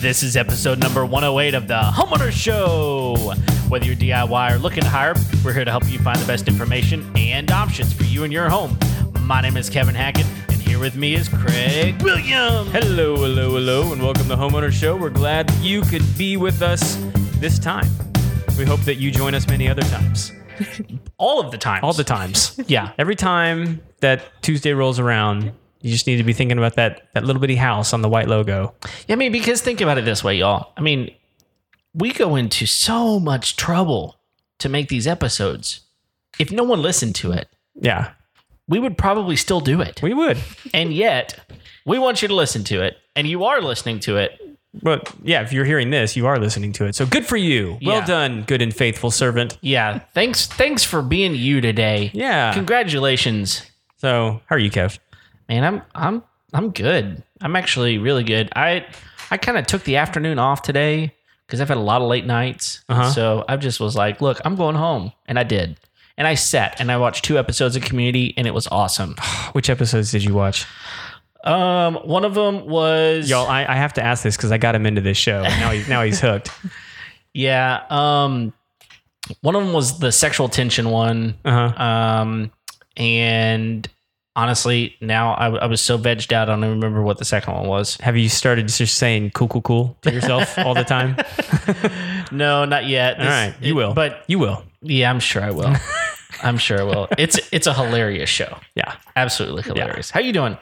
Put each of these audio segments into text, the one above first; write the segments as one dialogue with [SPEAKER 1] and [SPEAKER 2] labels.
[SPEAKER 1] This is episode number 108 of the Homeowner Show. Whether you're DIY or looking to hire, we're here to help you find the best information and options for you and your home. My name is Kevin Hackett, and here with me is Craig Williams.
[SPEAKER 2] Hello, hello, hello, and welcome to Homeowner Show. We're glad that you could be with us this time. We hope that you join us many other times.
[SPEAKER 1] All of the times.
[SPEAKER 2] All the times.
[SPEAKER 1] Yeah.
[SPEAKER 2] Every time that Tuesday rolls around, you just need to be thinking about that, that little bitty house on the white logo.
[SPEAKER 1] I mean, because think about it this way, y'all. I mean, we go into so much trouble to make these episodes. If no one listened to it,
[SPEAKER 2] Yeah,
[SPEAKER 1] we would probably still do it.
[SPEAKER 2] we would.
[SPEAKER 1] And yet, we want you to listen to it, and you are listening to it.
[SPEAKER 2] But yeah, if you're hearing this, you are listening to it. So good for you.
[SPEAKER 1] Yeah.
[SPEAKER 2] Well done, good and faithful servant.
[SPEAKER 1] Yeah, thanks thanks for being you today.
[SPEAKER 2] Yeah.
[SPEAKER 1] Congratulations.
[SPEAKER 2] So how are you, Kev?
[SPEAKER 1] Man, I'm I'm I'm good. I'm actually really good. I I kind of took the afternoon off today cuz I've had a lot of late nights.
[SPEAKER 2] Uh-huh.
[SPEAKER 1] So I just was like, look, I'm going home, and I did. And I sat and I watched two episodes of Community and it was awesome.
[SPEAKER 2] Which episodes did you watch?
[SPEAKER 1] Um one of them was
[SPEAKER 2] Y'all, I, I have to ask this because I got him into this show. Now, he, now he's hooked.
[SPEAKER 1] Yeah, um one of them was the sexual tension one.
[SPEAKER 2] Uh huh.
[SPEAKER 1] Um, and honestly, now I, I was so vegged out, I don't even remember what the second one was.
[SPEAKER 2] Have you started just saying cool, cool, cool to yourself all the time?
[SPEAKER 1] No, not yet.
[SPEAKER 2] all right, you
[SPEAKER 1] it-
[SPEAKER 2] will.
[SPEAKER 1] But
[SPEAKER 2] you will.
[SPEAKER 1] yeah, I'm sure I will. I'm sure I will. It's it's a hilarious show.
[SPEAKER 2] Yeah,
[SPEAKER 1] Absolutely hilarious. How you doing?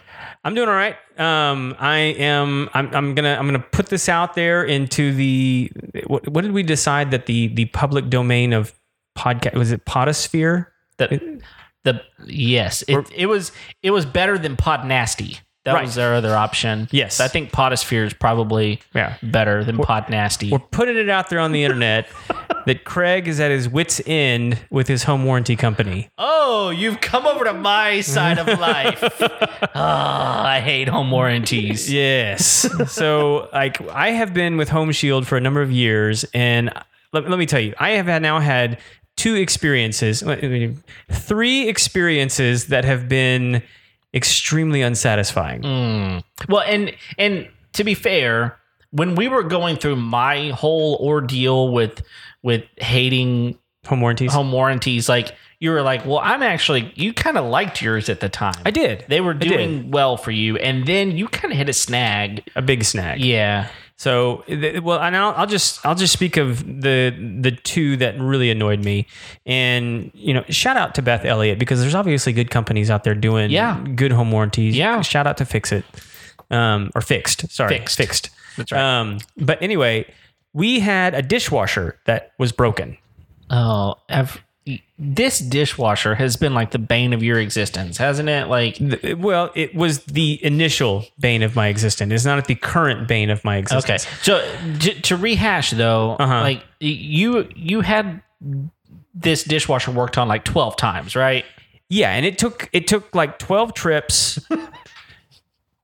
[SPEAKER 2] I'm doing all right. Um, I am. I'm, I'm gonna. I'm gonna put this out there into the. What, what did we decide that the the public domain of podcast was it Potosphere?
[SPEAKER 1] The the yes, it, it was it was better than Pod Nasty. That
[SPEAKER 2] Right.
[SPEAKER 1] was our other option.
[SPEAKER 2] Yes.
[SPEAKER 1] I think Potosphere is probably
[SPEAKER 2] Yeah.
[SPEAKER 1] better than Pod Nasty.
[SPEAKER 2] We're putting it out there on the internet that Craig is at his wits end with his home warranty company.
[SPEAKER 1] Oh, you've come over to my side of life. Ah, I hate home warranties.
[SPEAKER 2] Yes. so like I have been with Home Shield for a number of years and let, let me tell you, I have had now had two experiences, I mean, three experiences that have been extremely unsatisfying.
[SPEAKER 1] Mm. Well, and and to be fair, when we were going through my whole ordeal with with hating
[SPEAKER 2] Home warranties.
[SPEAKER 1] home warranties, like you were like, "Well, I'm actually you kind of liked yours at the time.
[SPEAKER 2] I did.
[SPEAKER 1] They were
[SPEAKER 2] did.
[SPEAKER 1] doing well for you, and then you kind of hit a snag.
[SPEAKER 2] a big snag.
[SPEAKER 1] Yeah,
[SPEAKER 2] So, th- well, and I'll, I'll just I'll just speak of the the two that really annoyed me, and you know, shout out to Beth Elliott because there's obviously good companies out there doing
[SPEAKER 1] Yeah.
[SPEAKER 2] good home warranties.
[SPEAKER 1] Yeah.
[SPEAKER 2] shout out to Fix It, um, or Fixed. Sorry,
[SPEAKER 1] Fixed.
[SPEAKER 2] Fixed.
[SPEAKER 1] That's right.
[SPEAKER 2] Um, but anyway, we had a dishwasher that was broken.
[SPEAKER 1] Oh, I've, this dishwasher has been like the bane of your existence, hasn't it? Like,
[SPEAKER 2] Th- Well, it was the initial bane of my existence. It's not the current bane of my
[SPEAKER 1] okay.
[SPEAKER 2] existence.
[SPEAKER 1] So j- to rehash though,
[SPEAKER 2] Uh-huh.
[SPEAKER 1] like y- you you had this dishwasher worked on like twelve times, right?
[SPEAKER 2] Yeah, and it took it took like twelve trips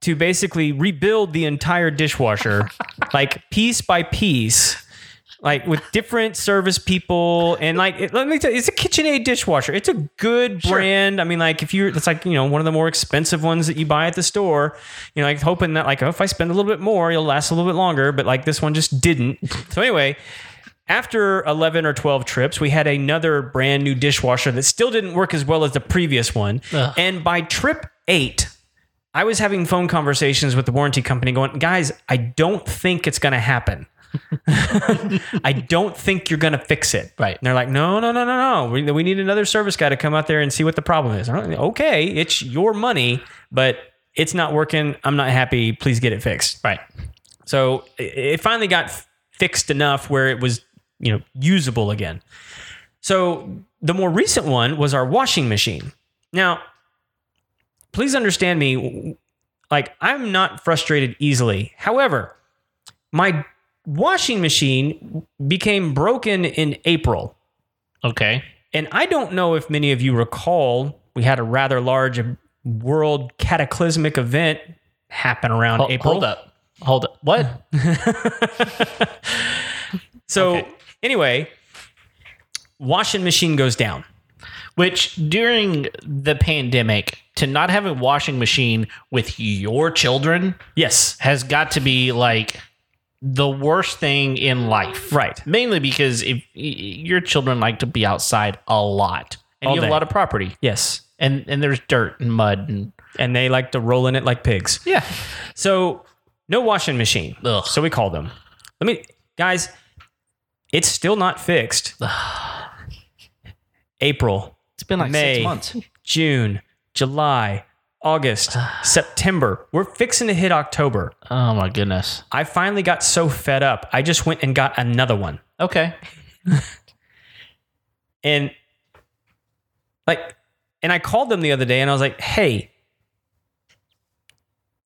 [SPEAKER 2] to basically rebuild the entire dishwasher, like piece by piece, like with different service people, and like it, let me tell you, it's a KitchenAid dishwasher. It's a good brand. I mean, like if you're, it's like you know one of the more expensive ones that you buy at the store. You know, like hoping that like oh, if I spend a little bit more, it'll last a little bit longer. But like this one just didn't. So anyway, after 11 or 12 trips, we had another brand new dishwasher that still didn't work as well as the previous one.
[SPEAKER 1] Ugh.
[SPEAKER 2] And by trip eight, I was having phone conversations with the warranty company going, guys, I don't think it's going to happen. I don't think you're going to fix it.
[SPEAKER 1] Right.
[SPEAKER 2] And they're like, no, no, no, no, no. We, we need another service guy to come out there and see what the problem is. I'm like, okay, it's your money, but it's not working. I'm not happy. Please get it fixed.
[SPEAKER 1] Right.
[SPEAKER 2] So it- it finally got f- fixed enough where it was, you know, usable again. So the more recent one was our washing machine. Now, please understand me. w- Like, I'm not frustrated easily. However, my washing machine became broken in April.
[SPEAKER 1] Okay.
[SPEAKER 2] And I don't know if many of you recall, we had a rather large world cataclysmic event happen around
[SPEAKER 1] Hol-
[SPEAKER 2] April.
[SPEAKER 1] Hold up. Hold up. What?
[SPEAKER 2] So
[SPEAKER 1] Okay.
[SPEAKER 2] anyway, washing machine goes down.
[SPEAKER 1] Which during the pandemic, to not have a washing machine with your children
[SPEAKER 2] Yes.
[SPEAKER 1] has got to be like the worst thing in life.
[SPEAKER 2] Right.
[SPEAKER 1] Mainly because if y- y- your children like to be outside a lot and
[SPEAKER 2] All
[SPEAKER 1] you have
[SPEAKER 2] day.
[SPEAKER 1] a lot of property
[SPEAKER 2] Yes.
[SPEAKER 1] and, and there's dirt and mud and
[SPEAKER 2] And they like to roll in it like pigs.
[SPEAKER 1] yeah.
[SPEAKER 2] So no washing machine.
[SPEAKER 1] Ugh.
[SPEAKER 2] So we called them. Let me, guys. It's still not fixed. April,
[SPEAKER 1] It's been like
[SPEAKER 2] May.
[SPEAKER 1] six months.
[SPEAKER 2] June, July, August, September. We're fixing to hit October.
[SPEAKER 1] Oh my goodness.
[SPEAKER 2] I finally got so fed up. I just went and got another one.
[SPEAKER 1] Okay.
[SPEAKER 2] And like and I called them the other day and I was like, "Hey,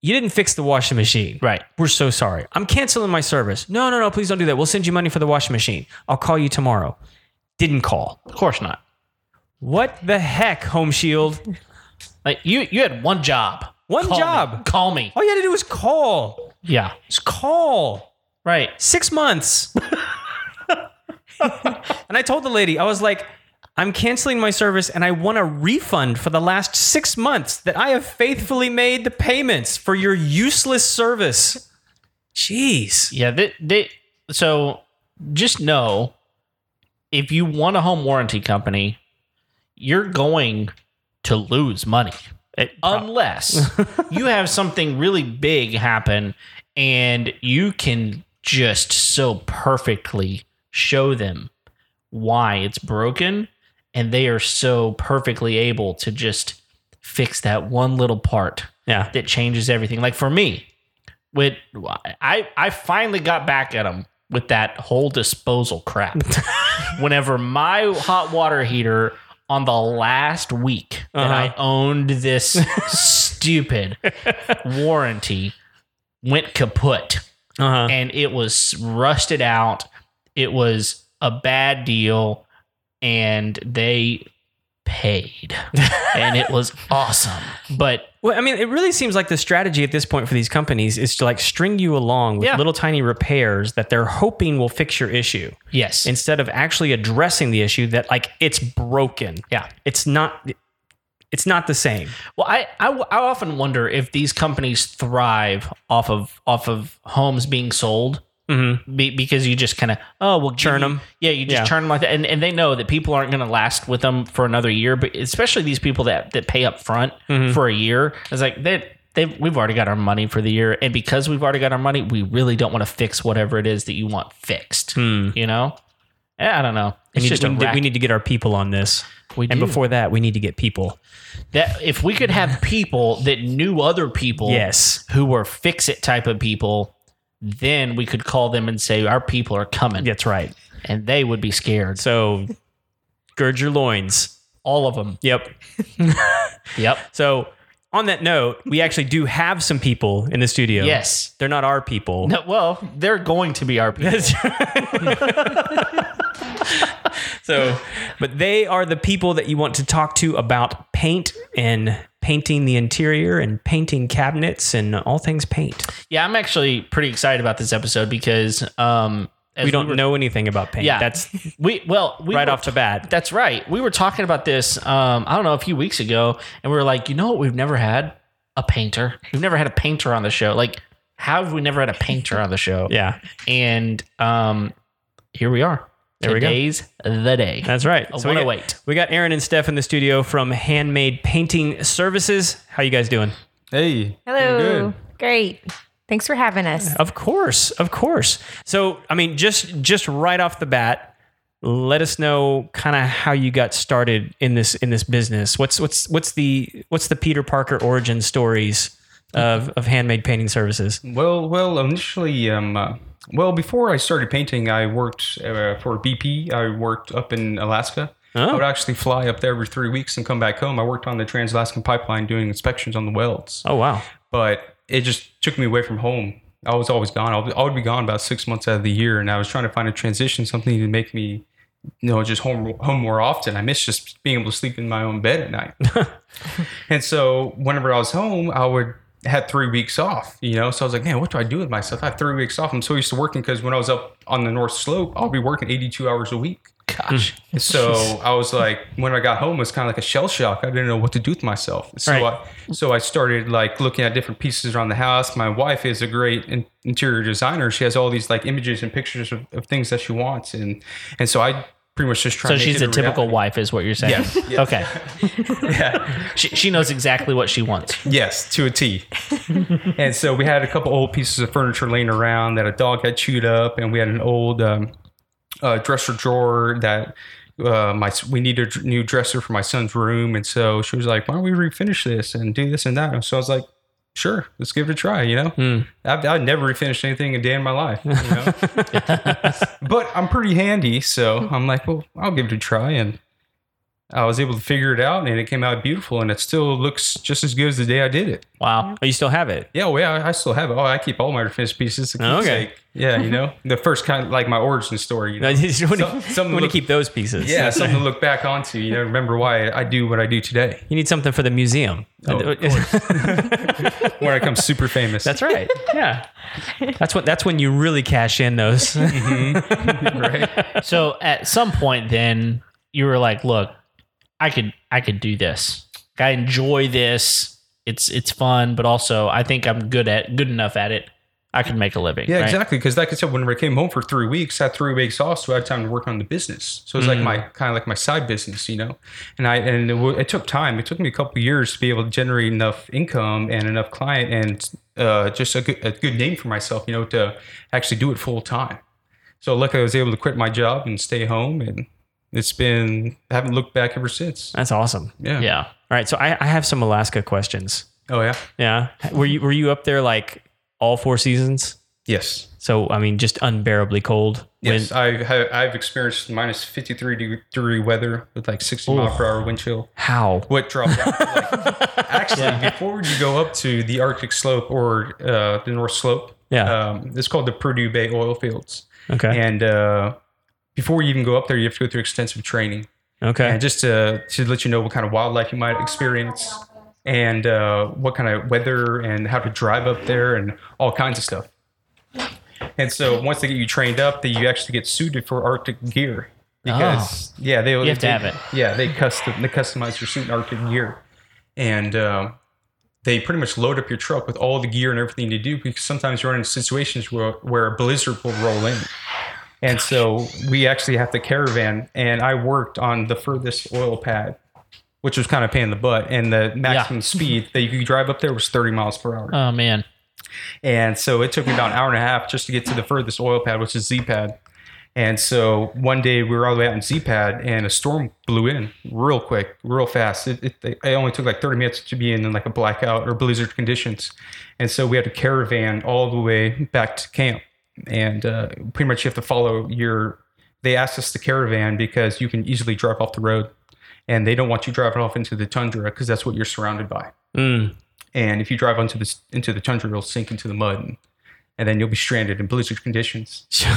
[SPEAKER 2] you didn't fix the washing machine.
[SPEAKER 1] Right.
[SPEAKER 2] We're so sorry. I'm canceling my service. No, no, no, please don't do that. We'll send you money for the washing machine. I'll call you tomorrow." Didn't call.
[SPEAKER 1] Of course not.
[SPEAKER 2] What the heck, Home Shield?
[SPEAKER 1] Like you you had one job.
[SPEAKER 2] One
[SPEAKER 1] Call me.
[SPEAKER 2] job.
[SPEAKER 1] Call me.
[SPEAKER 2] All you had to do was call.
[SPEAKER 1] Yeah.
[SPEAKER 2] Just call.
[SPEAKER 1] Right.
[SPEAKER 2] six months. and I told the lady, I was like, I'm canceling my service and I want a refund for the last six months that I have faithfully made the payments for your useless service. Jeez.
[SPEAKER 1] Yeah, they, they so just know if you want a home warranty company, you're going to lose money unless you have something really big happen and you can just so perfectly show them why it's broken and they are so perfectly able to just fix that one little part
[SPEAKER 2] Yeah.
[SPEAKER 1] that changes everything. Like for me, with I I finally got back at him with that whole disposal crap. Whenever my hot water heater on the last week that I
[SPEAKER 2] Uh-huh.
[SPEAKER 1] owned this stupid warranty went kaput
[SPEAKER 2] Uh huh.
[SPEAKER 1] and it was rusted out. It was a bad deal and they paid. and it was awesome. But
[SPEAKER 2] Well, I mean, it really seems like the strategy at this point for these companies is to like string you along with
[SPEAKER 1] Yeah.
[SPEAKER 2] little tiny repairs that they're hoping will fix your issue
[SPEAKER 1] yes.
[SPEAKER 2] instead of actually addressing the issue that like it's broken.
[SPEAKER 1] yeah.
[SPEAKER 2] It's not. It's not the same.
[SPEAKER 1] Well, I, I, I often wonder if these companies thrive off of off of homes being sold
[SPEAKER 2] Mm-hmm.
[SPEAKER 1] be, because you just kind of oh well give
[SPEAKER 2] Churn
[SPEAKER 1] you-
[SPEAKER 2] 'em.
[SPEAKER 1] yeah you just
[SPEAKER 2] Yeah.
[SPEAKER 1] churn them like that and, and they know that people aren't going to last with them for another year but especially these people that that pay up front
[SPEAKER 2] Mhm.
[SPEAKER 1] for a year it's like they they we've already got our money for the year and because we've already got our money we really don't want to fix whatever it is that you want fixed you know Eh, I don't know
[SPEAKER 2] Hmm. We
[SPEAKER 1] it's
[SPEAKER 2] need,
[SPEAKER 1] just
[SPEAKER 2] we,
[SPEAKER 1] a
[SPEAKER 2] need,
[SPEAKER 1] rack-
[SPEAKER 2] we need to get our people on this.
[SPEAKER 1] we
[SPEAKER 2] And
[SPEAKER 1] do.
[SPEAKER 2] before that, we need to get people.
[SPEAKER 1] that if we could have people that knew other people
[SPEAKER 2] Yes.
[SPEAKER 1] who were fix it type of people, then we could call them and say, Our people are coming.
[SPEAKER 2] That's right.
[SPEAKER 1] And they would be scared.
[SPEAKER 2] So gird your loins.
[SPEAKER 1] All of them.
[SPEAKER 2] Yep.
[SPEAKER 1] Yep.
[SPEAKER 2] So on that note, we actually do have some people in the studio.
[SPEAKER 1] Yes.
[SPEAKER 2] They're not our people.
[SPEAKER 1] No, well, they're going to be our people.
[SPEAKER 2] So, but they are the people that you want to talk to about paint and painting the interior and painting cabinets and all things paint.
[SPEAKER 1] yeah, I'm actually pretty excited about this episode because um, as
[SPEAKER 2] we don't
[SPEAKER 1] were-
[SPEAKER 2] know anything about paint.
[SPEAKER 1] Yeah.
[SPEAKER 2] That's
[SPEAKER 1] We well, we
[SPEAKER 2] right
[SPEAKER 1] were-
[SPEAKER 2] off the bat.
[SPEAKER 1] That's right. We were talking about this. Um, I don't know a few weeks ago, and we were like, you know what? We've never had a painter. We've never had a painter on the show. Like, how have we never had a painter on the show?
[SPEAKER 2] Yeah.
[SPEAKER 1] And um, here we are.
[SPEAKER 2] There we go.
[SPEAKER 1] Today's the day.
[SPEAKER 2] That's right.
[SPEAKER 1] A
[SPEAKER 2] we got-
[SPEAKER 1] 108.
[SPEAKER 2] We got Aaron and Steph in the studio from Handmade Painting Services. How you guys doing?
[SPEAKER 3] Hey.
[SPEAKER 4] Hello. Great. Thanks for having us.
[SPEAKER 2] Of course, of course. So, I mean, just just right off the bat, let us know kind of how you got started in this in this business. What's what's what's the what's the Peter Parker origin stories of of handmade painting services?
[SPEAKER 3] Well, well, initially, um, uh, well, before I started painting, I worked uh, for BP. I worked up in Alaska. I would actually fly up there every three weeks and come back home. I worked on the Trans-Alaskan pipeline doing inspections on the welds,
[SPEAKER 2] Oh wow.
[SPEAKER 3] but it just took me away from home. I was always gone. I would, I would be gone about six months out of the year, and I was trying to find a transition, something to make me, you know, just home home more often. I miss just being able to sleep in my own bed at night. and so, whenever I was home, I would had three weeks off, you know. So I was like, man, what do I do with myself? I have three weeks off. I'm so used to working because when I was up on the North Slope, I'll be working 82 hours a week.
[SPEAKER 1] Gosh.
[SPEAKER 3] So I was like, when I got home, it was kind of like a shell shock. I didn't know what to do with myself. So
[SPEAKER 2] Right.
[SPEAKER 3] I, so I started like looking at different pieces around the house. My wife is a great in- interior designer. She has all these like images and pictures of, of things that she wants, and and so I pretty much just try.
[SPEAKER 1] So
[SPEAKER 3] to make
[SPEAKER 1] she's
[SPEAKER 3] it
[SPEAKER 1] a typical
[SPEAKER 3] reality.
[SPEAKER 1] wife, is what you're saying.
[SPEAKER 3] Yes, yes.
[SPEAKER 1] Okay.
[SPEAKER 3] Yeah.
[SPEAKER 1] She, she knows exactly what she wants.
[SPEAKER 3] Yes, to a T. and so we had a couple old pieces of furniture laying around that a dog had chewed up, and we had an old um, uh, dresser drawer that uh, my we need a dr- new dresser for my son's room. And so she was like, "Why don't we refinish this and do this and that?" And so I was like. Sure, let's give it a try. You know, I've, I've never refinished anything a day in my life, you know? but I'm pretty handy, so I'm like, well, I'll give it a try. And I was able to figure it out, and it came out beautiful, and it still looks just as good as the day I did it.
[SPEAKER 2] Wow. Oh, you still have it?
[SPEAKER 3] Yeah, well, yeah, I still have it. Oh, I keep all my finished pieces.
[SPEAKER 2] Oh, okay.
[SPEAKER 3] Keepsake. Yeah, you know, the first kind, like my origin story. You know?
[SPEAKER 2] I just want
[SPEAKER 3] Some-
[SPEAKER 2] to,
[SPEAKER 3] some
[SPEAKER 2] want to
[SPEAKER 3] look-
[SPEAKER 2] keep those pieces.
[SPEAKER 3] Yeah, something to look back onto. You know, remember why I do what I do today
[SPEAKER 2] You need something for the museum.
[SPEAKER 3] Oh, of when I become super famous.
[SPEAKER 2] that's right. Yeah. That's what that's when you really cash in those.
[SPEAKER 3] right.
[SPEAKER 1] So at some point, then you were like, "Look, I could, I could do this. I enjoy this. It's, it's fun, but also I think I'm good at, good enough at it. I can make a living."
[SPEAKER 3] Yeah,
[SPEAKER 1] right?
[SPEAKER 3] exactly. Because like I said, when I came home for three weeks, I had three weeks off, so I had time to work on the business. So it's like my kind of like my side business, you know. And I and it, w- it took time. It took me a couple of years to be able to generate enough income and enough client and uh, just a good, a good name for myself, you know, to actually do it full time. So luckily, I was able to quit my job and stay home, and it's been I haven't looked back ever since.
[SPEAKER 2] That's awesome.
[SPEAKER 3] Yeah.
[SPEAKER 1] Yeah.
[SPEAKER 2] All right, so I, I have some Alaska questions.
[SPEAKER 3] Oh yeah.
[SPEAKER 2] Yeah. Were you were you up there like all four seasons?
[SPEAKER 3] Yes.
[SPEAKER 2] So I mean just unbearably cold.
[SPEAKER 3] Yes, I have, I've experienced minus 53 degree weather with like 60 mile per hour wind chill.
[SPEAKER 2] how?
[SPEAKER 3] what dropped out. Like, actually, before you go up to the Arctic Slope or uh, the North Slope,
[SPEAKER 2] Yeah.
[SPEAKER 3] um, it's called the Purdue Bay oil fields.
[SPEAKER 2] okay.
[SPEAKER 3] And uh, before you even go up there, you have to go through extensive training.
[SPEAKER 2] okay.
[SPEAKER 3] And just to, to let you know what kind of wildlife you might experience and uh, what kind of weather and how to drive up there and all kinds of stuff. And so once they get you trained up, that you actually get suited for Arctic gear. Because yeah, they
[SPEAKER 1] Oh. You have to
[SPEAKER 3] they-
[SPEAKER 1] have it.
[SPEAKER 3] Yeah, they custom they customize your suit in Arctic gear, and um, they pretty much load up your truck with all the gear and everything to do. Because sometimes you're in situations where where a blizzard will roll in, and so we actually have to caravan. And I worked on the furthest oil pad, which was kind of a pain in the butt. And the maximum speed that you could drive up there was 30 miles per hour.
[SPEAKER 1] Oh man.
[SPEAKER 3] And so it took me about an hour and a half just to get to the furthest oil pad, which is Z pad. And so one day we were all the way out in Z pad and a storm blew in real quick, real fast. It, it, it only took like 30 minutes to be in, like a blackout or blizzard conditions. And so we had to caravan all the way back to camp. And uh, pretty much you have to follow your. They asked us to caravan because you can easily drive off the road and they don't want you driving off into the tundra because that's what you're surrounded by
[SPEAKER 2] Mm.
[SPEAKER 3] and if you drive onto this into the tundra, you'll sink into the mud, and, and then you'll be stranded in blizzard conditions.
[SPEAKER 2] so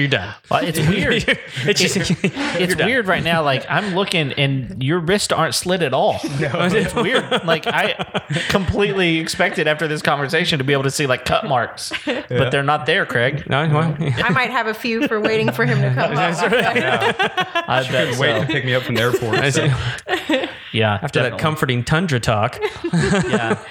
[SPEAKER 2] you're done.
[SPEAKER 1] Well, it's weird.
[SPEAKER 2] it's just
[SPEAKER 1] It's weird right now. Like I'm looking, and your wrists aren't slit at all. No, it's weird. Like I completely expected after this conversation to be able to see like cut marks, but they're not there, Craig.
[SPEAKER 2] No, well,
[SPEAKER 4] I might have a few for waiting for him to come up.
[SPEAKER 1] I bet
[SPEAKER 3] Wait
[SPEAKER 1] so.
[SPEAKER 3] to pick me up from the airport. so-
[SPEAKER 1] Yeah.
[SPEAKER 2] After that comforting tundra talk,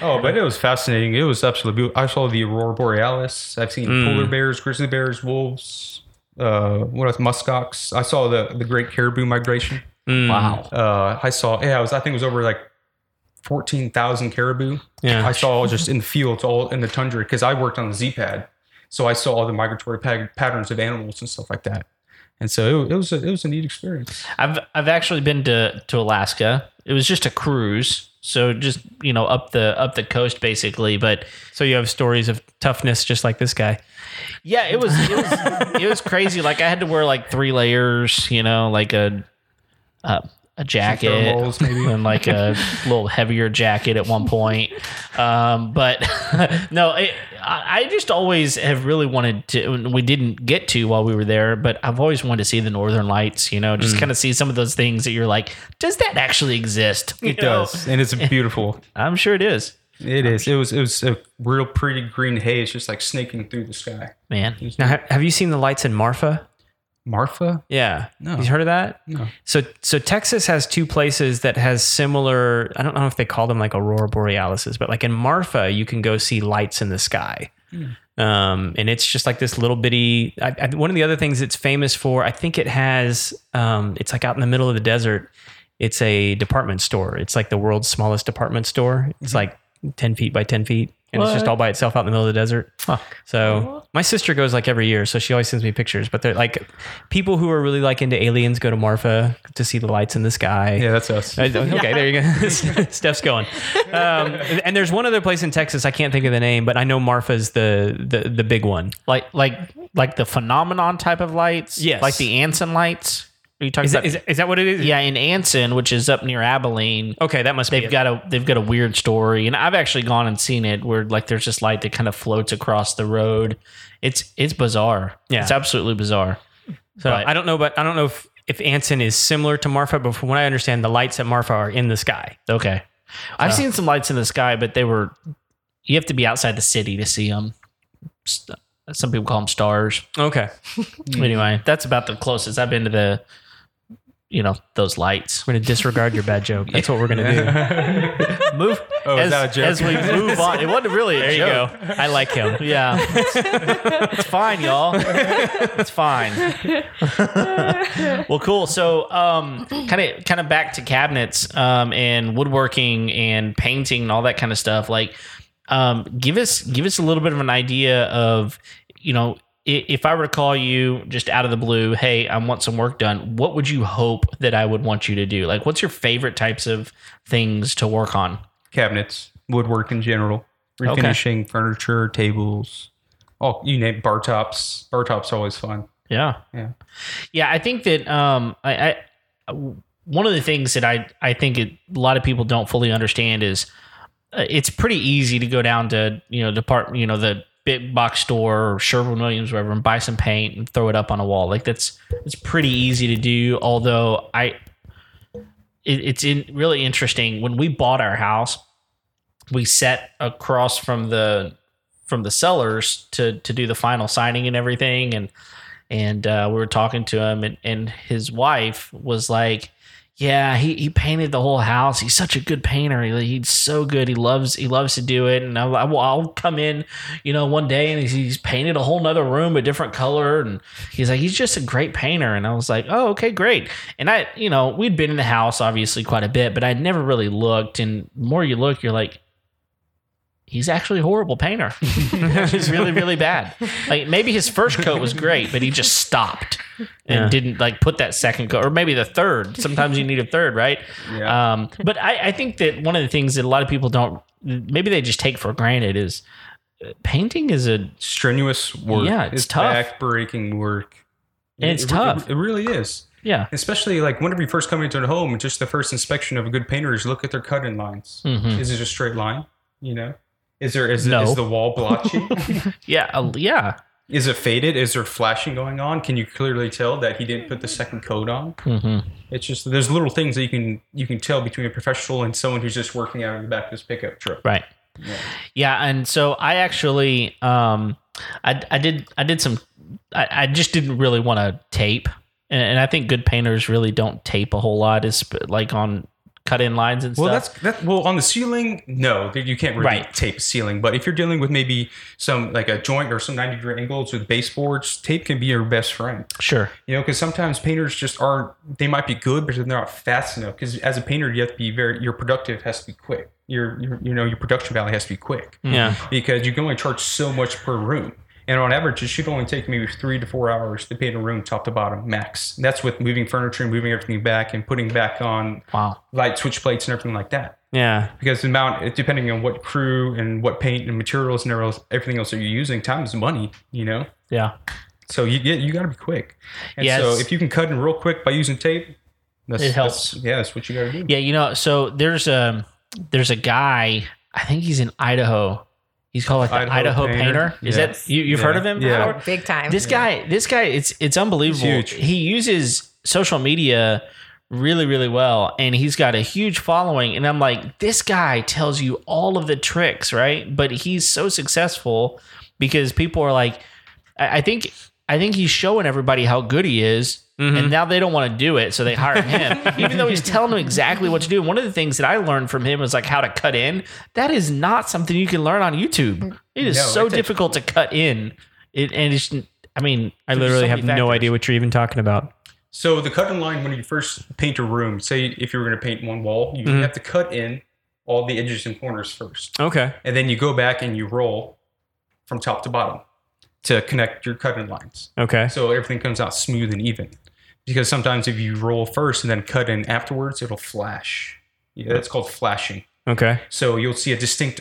[SPEAKER 3] Oh, but it was fascinating. It was absolutely beautiful. I saw the aurora borealis. I've seen polar bears, grizzly bears, wolves. Uh, what else? Muskox. I saw the the great caribou migration.
[SPEAKER 2] Mm.
[SPEAKER 1] Wow.
[SPEAKER 3] Uh, I saw. Yeah, I was. I think it was over like. 14,000 caribou.
[SPEAKER 2] Yeah.
[SPEAKER 3] I saw just in the fields, all in the tundra, because I worked on the Z pad. So I saw all the migratory pa- patterns of animals and stuff like that. And so it, it was a, it was a neat experience.
[SPEAKER 1] I've I've actually been to to Alaska. It was just a cruise, so just you know up the up the coast basically. But
[SPEAKER 2] so you have stories of toughness just like this guy.
[SPEAKER 1] yeah, it was it was it was crazy. Like I had to wear like three layers, you know, like a uh, a jacket
[SPEAKER 3] thermals, maybe?
[SPEAKER 1] and like a little heavier jacket at one point. Um, but no, it, I I just always have really wanted to. and We didn't get to while we were there, but I've always wanted to see the Northern Lights. You know,
[SPEAKER 2] Mm.
[SPEAKER 1] just kind of see some of those things that you're like, does that actually exist? You
[SPEAKER 3] It
[SPEAKER 1] know?
[SPEAKER 3] does, and it's beautiful.
[SPEAKER 1] I'm sure it is.
[SPEAKER 3] It is. It was. It was a real pretty green haze, just like snaking through the sky.
[SPEAKER 1] man.
[SPEAKER 2] Now, ha- have you seen the lights in Marfa?
[SPEAKER 3] Marfa?
[SPEAKER 2] Yeah.
[SPEAKER 3] No.
[SPEAKER 2] You heard of that?
[SPEAKER 3] No.
[SPEAKER 2] So so Texas has two places that has similar. I don't know if they call them like aurora borealises, but like in Marfa, you can go see lights in the sky. Um, and it's just like this little bitty. I, I, one of the other things it's famous for, I think it has. Um, it's like out in the middle of the desert. It's a department store. It's like the world's smallest department store. It's like ten feet by ten feet, and it's just
[SPEAKER 1] What?
[SPEAKER 2] all by itself out in the middle of the desert. So my sister goes like every year, so she always sends me pictures. But they're like people who are really like into aliens go to Marfa to see the lights in the sky.
[SPEAKER 3] Yeah, that's us.
[SPEAKER 2] Uh, Okay, there you go. Steph's going. Um, and there's one other place in Texas I can't think of the name, but I know Marfa's the the, the big one.
[SPEAKER 1] Like like like the phenomenon type of lights.
[SPEAKER 2] Yes.
[SPEAKER 1] Like the Anson lights. Are you talking
[SPEAKER 2] Is
[SPEAKER 1] about?
[SPEAKER 2] that, is, is that what it is?
[SPEAKER 1] yeah, in Anson, which is up near Abilene.
[SPEAKER 2] Okay, that must be.
[SPEAKER 1] They've
[SPEAKER 2] it.
[SPEAKER 1] got a they've got a weird story, and I've actually gone and seen it where like there's this light that kind of floats across the road. It's it's bizarre.
[SPEAKER 2] Yeah.
[SPEAKER 1] it's absolutely bizarre.
[SPEAKER 2] So
[SPEAKER 1] Right.
[SPEAKER 2] I don't know, but I don't know if if Anson is similar to Marfa, but from what I understand, the lights at Marfa are in the sky.
[SPEAKER 1] Okay, I've
[SPEAKER 2] Uh.
[SPEAKER 1] seen some lights in the sky, but they were you have to be outside the city to see them. Some people call them stars.
[SPEAKER 2] Okay, Hmm.
[SPEAKER 1] Anyway, that's about the closest I've been to the you know those lights.
[SPEAKER 2] we're gonna disregard your bad joke. That's what we're gonna do.
[SPEAKER 1] Move
[SPEAKER 3] Oh, is
[SPEAKER 1] as,
[SPEAKER 3] that a joke?
[SPEAKER 1] as we move on. It wasn't really a
[SPEAKER 2] There you
[SPEAKER 1] joke.
[SPEAKER 2] go. I like him.
[SPEAKER 1] Yeah. It's, it's fine, y'all. It's fine. well, cool. So, um, kind of, kind of back to cabinets, um, and woodworking and painting and all that kind of stuff. Like, um, give us, give us a little bit of an idea of, you know, i- if I were to call you just out of the blue, hey, I want some work done. What would you hope that I would want you to do? Like, what's your favorite types of things to work on?
[SPEAKER 3] Cabinets, woodwork in general, refinishing furniture, tables, all you name bar tops. Bar tops always fun.
[SPEAKER 1] Yeah.
[SPEAKER 3] Yeah.
[SPEAKER 1] Yeah. I think that um, I, I one of the things that I I think it, a lot of people don't fully understand is uh, it's pretty easy to go down to you know department you know the big box store or Sherwin Williams wherever and buy some paint and throw it up on a wall like that's it's pretty easy to do. Although I it, it's in really interesting when we bought our house we sat across from the from the sellers to to do the final signing and everything and and uh, we were talking to him and, and his wife was like yeah he, he painted the whole house he's such a good painter he, he's so good he loves he loves to do it and I'll, I'll- I'll come in you know one day and he's, he's painted a whole nother room a different color and he's like he's just a great painter and i was like oh okay great and i you know we'd been in the house obviously quite a bit but i'd never really looked and the more you look you're like he's actually a horrible painter. he's really, really bad. Like maybe his first coat was great, but he just stopped and
[SPEAKER 2] Yeah.
[SPEAKER 1] didn't like put that second coat or maybe the third. Sometimes you need a third, right?
[SPEAKER 3] Yeah.
[SPEAKER 1] Um, but I, I think that one of the things that a lot of people don't, maybe they just take for granted is uh, painting is a
[SPEAKER 3] Strenuous work.
[SPEAKER 1] yeah, it's tough.
[SPEAKER 3] Back-breaking work.
[SPEAKER 1] And it's
[SPEAKER 3] It- it-
[SPEAKER 1] tough.
[SPEAKER 3] It really is.
[SPEAKER 1] yeah.
[SPEAKER 3] Especially like whenever you first come into a home, just the first inspection of a good painter is look at their cut-in lines.
[SPEAKER 1] Mhm.
[SPEAKER 3] Is it a straight line? You know, is there is,
[SPEAKER 1] No.
[SPEAKER 3] is the wall blotchy?
[SPEAKER 1] Yeah. uh, yeah.
[SPEAKER 3] is it faded? Is there flashing going on? Can you clearly tell that he didn't put the second coat on?
[SPEAKER 1] hmm
[SPEAKER 3] It's just there's little things that you can you can tell between a professional and someone who's just working out of the back of his pickup truck.
[SPEAKER 1] Right.
[SPEAKER 3] Yeah.
[SPEAKER 1] Yeah, and so I actually, um, I, I did, I did some, I, I just didn't really want to tape, and, and I think good painters really don't tape a whole lot, is like on cut in lines and
[SPEAKER 3] Well,
[SPEAKER 1] stuff.
[SPEAKER 3] that's that. Well, on the ceiling, no, that you can't really
[SPEAKER 1] Right.
[SPEAKER 3] tape ceiling. But if you're dealing with maybe some like a joint or some 90 degree angles with baseboards, tape can be your best friend.
[SPEAKER 1] sure.
[SPEAKER 3] You know, because sometimes painters just aren't. They might be good, but they're not fast enough. Because as a painter, you have to be very. Your productive has to be quick. Your, your you know your production value has to be quick.
[SPEAKER 2] Yeah.
[SPEAKER 3] because you can only charge so much per room. And on average, it should only take maybe three to four hours to paint a room top to bottom max. And that's with moving furniture and moving everything back and putting back on
[SPEAKER 1] Wow.
[SPEAKER 3] light switch plates and everything like that.
[SPEAKER 2] Yeah.
[SPEAKER 3] Because the amount, it- depending on what crew and what paint and materials and everything else- everything else that you're using, time is money, you know?
[SPEAKER 1] Yeah.
[SPEAKER 3] So you get, you got to be quick. And
[SPEAKER 1] Yes.
[SPEAKER 3] so if you can cut in real quick by using tape, that's,
[SPEAKER 1] It helps.
[SPEAKER 3] that's- yeah, that's what you got to do.
[SPEAKER 1] Yeah, you know, so there's a there's a guy. I think he's in Idaho. He's called like the Idaho,
[SPEAKER 3] Idaho
[SPEAKER 1] painter.
[SPEAKER 3] painter.
[SPEAKER 1] Is
[SPEAKER 3] Yeah.
[SPEAKER 1] that you, you've heard of him?
[SPEAKER 3] Yeah.
[SPEAKER 1] Howard?
[SPEAKER 4] Big time.
[SPEAKER 1] This guy, this guy, it's it's unbelievable.
[SPEAKER 3] He's huge.
[SPEAKER 1] He uses social media really, really well. And he's got a huge following. And I'm like, this guy tells you all of the tricks, right? But he's so successful because people are like, I I think I think he's showing everybody how good he is. And now they don't want to do it, so they hire him, even though he's telling them exactly what to do. One of the things that I learned from him was like how to cut in. That is not something you can learn on YouTube. It is
[SPEAKER 3] No,
[SPEAKER 1] so
[SPEAKER 3] it takes-
[SPEAKER 1] difficult to cut in. It and it's, I mean,
[SPEAKER 2] I
[SPEAKER 1] there's
[SPEAKER 2] literally
[SPEAKER 1] so
[SPEAKER 2] have
[SPEAKER 1] many
[SPEAKER 2] no
[SPEAKER 1] factors.
[SPEAKER 2] idea what you're even talking about.
[SPEAKER 3] So the cut in line when you first paint a room, say if you were going to paint one wall, you
[SPEAKER 1] Mm-hmm.
[SPEAKER 2] Mhm.
[SPEAKER 3] have to cut in all the edges and corners first,
[SPEAKER 2] Okay.
[SPEAKER 3] and then you go back and you roll from top to bottom to connect your cut in lines.
[SPEAKER 2] Okay.
[SPEAKER 3] So everything comes out smooth and even. Because sometimes if you roll first and then cut in afterwards, it'll flash. Yeah, that's called flashing.
[SPEAKER 2] Okay.
[SPEAKER 3] So you'll see a distinct,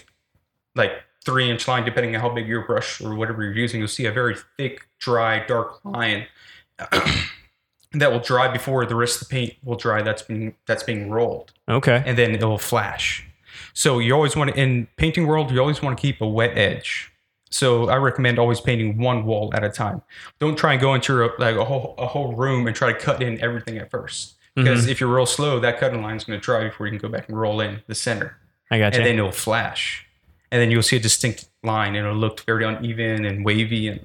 [SPEAKER 3] like three inch line, depending on how big your brush or whatever you're using. You'll see a very thick, dry, dark line that will dry before the rest of the paint will dry. That's being that's being rolled,
[SPEAKER 2] Okay.
[SPEAKER 3] and then it will flash. So you always want to in painting world, you always want to keep a wet edge. So I recommend always painting one wall at a time. Don't try and go into a, like a whole a whole room and try to cut in everything at first.
[SPEAKER 1] Mm-hmm.
[SPEAKER 3] Because if you roll slow, that cutting line is going to dry before you can go back and roll in the center
[SPEAKER 2] I got
[SPEAKER 3] and
[SPEAKER 2] you.
[SPEAKER 3] then it'll flash, and then you'll see a distinct line, and it'll look very uneven and wavy and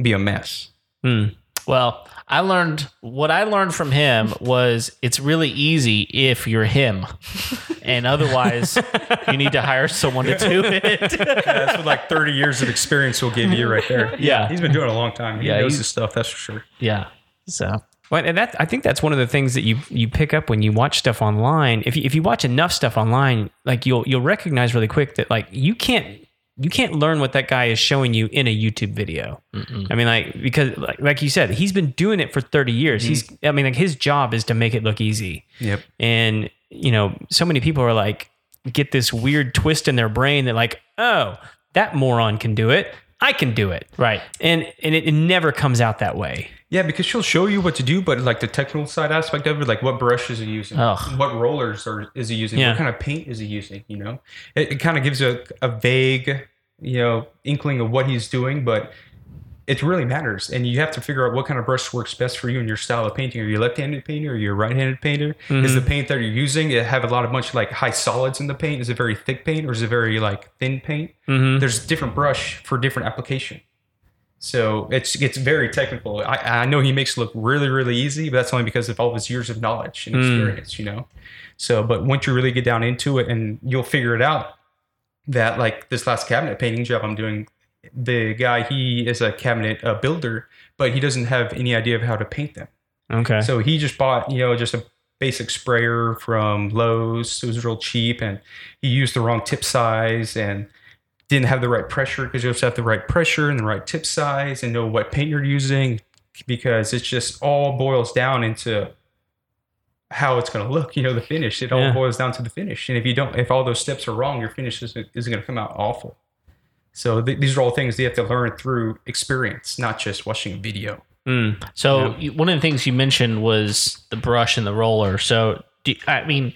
[SPEAKER 3] be a mess.
[SPEAKER 2] Hmm.
[SPEAKER 1] Well, I learned what I learned from him was it's really easy if you're him, and otherwise you need to hire someone to do it.
[SPEAKER 3] Yeah, that's what like 30 years of experience will give you right there.
[SPEAKER 1] Yeah.
[SPEAKER 3] he's been doing it a long time. He
[SPEAKER 1] Yeah,
[SPEAKER 3] knows
[SPEAKER 1] he's-
[SPEAKER 3] his stuff. That's for sure.
[SPEAKER 1] yeah. So
[SPEAKER 2] Well, and that I think that's one of the things that you you pick up when you watch stuff online. If you, if you watch enough stuff online, like you'll you'll recognize really quick that like you can't you can't learn what that guy is showing you in a YouTube video. I mean, like because like, like you said, he's been doing it for thirty years. He's I mean, like his job is to make it look easy.
[SPEAKER 3] Yep.
[SPEAKER 2] And you know, so many people are like get this weird twist in their brain that like, oh, that moron can do it. I can do it.
[SPEAKER 1] right.
[SPEAKER 2] And and it, it never comes out that way.
[SPEAKER 3] Yeah, because she'll show you what to do, but like the technical side aspect of it, like what brush is he using,
[SPEAKER 1] Ugh.
[SPEAKER 3] what rollers are is he using,
[SPEAKER 2] Yeah.
[SPEAKER 3] what kind of paint is he using. You know, it, it kind of gives a a vague, you know, inkling of what he's doing, but it really matters, and you have to figure out what kind of brush works best for you and your style of painting. Are you a left-handed painter? Are you a right-handed painter? Is the paint that you're using it have a lot of bunch of like high solids in the paint? Is it very thick paint or is it very like thin paint?
[SPEAKER 2] Mm-hmm.
[SPEAKER 3] there's different brush for different application. So it's it's very technical. I, I know he makes it look really really easy, but that's only because of all of his years of knowledge and experience, you know. So, but once you really get down into it, and you'll figure it out that like this last cabinet painting job I'm doing, the guy he is a cabinet uh, builder, but he doesn't have any idea of how to paint them.
[SPEAKER 2] Okay.
[SPEAKER 3] So he just bought, you know, just a basic sprayer from Lowe's. It was real cheap, and he used the wrong tip size and didn't have the right pressure because you have to have the right pressure and the right tip size and know what paint you're using because it's just all boils down into how it's going to look. You know, the finish. It all
[SPEAKER 2] Yeah.
[SPEAKER 3] boils down to the finish, and if you don't, if all those steps are wrong, your finish isn't, isn't going to come out awful. So th- these are all things that you have to learn through experience, not just watching a video.
[SPEAKER 2] Mm.
[SPEAKER 1] So
[SPEAKER 2] Yeah.
[SPEAKER 1] you- one of the things you mentioned was the brush and the roller. So do, I mean,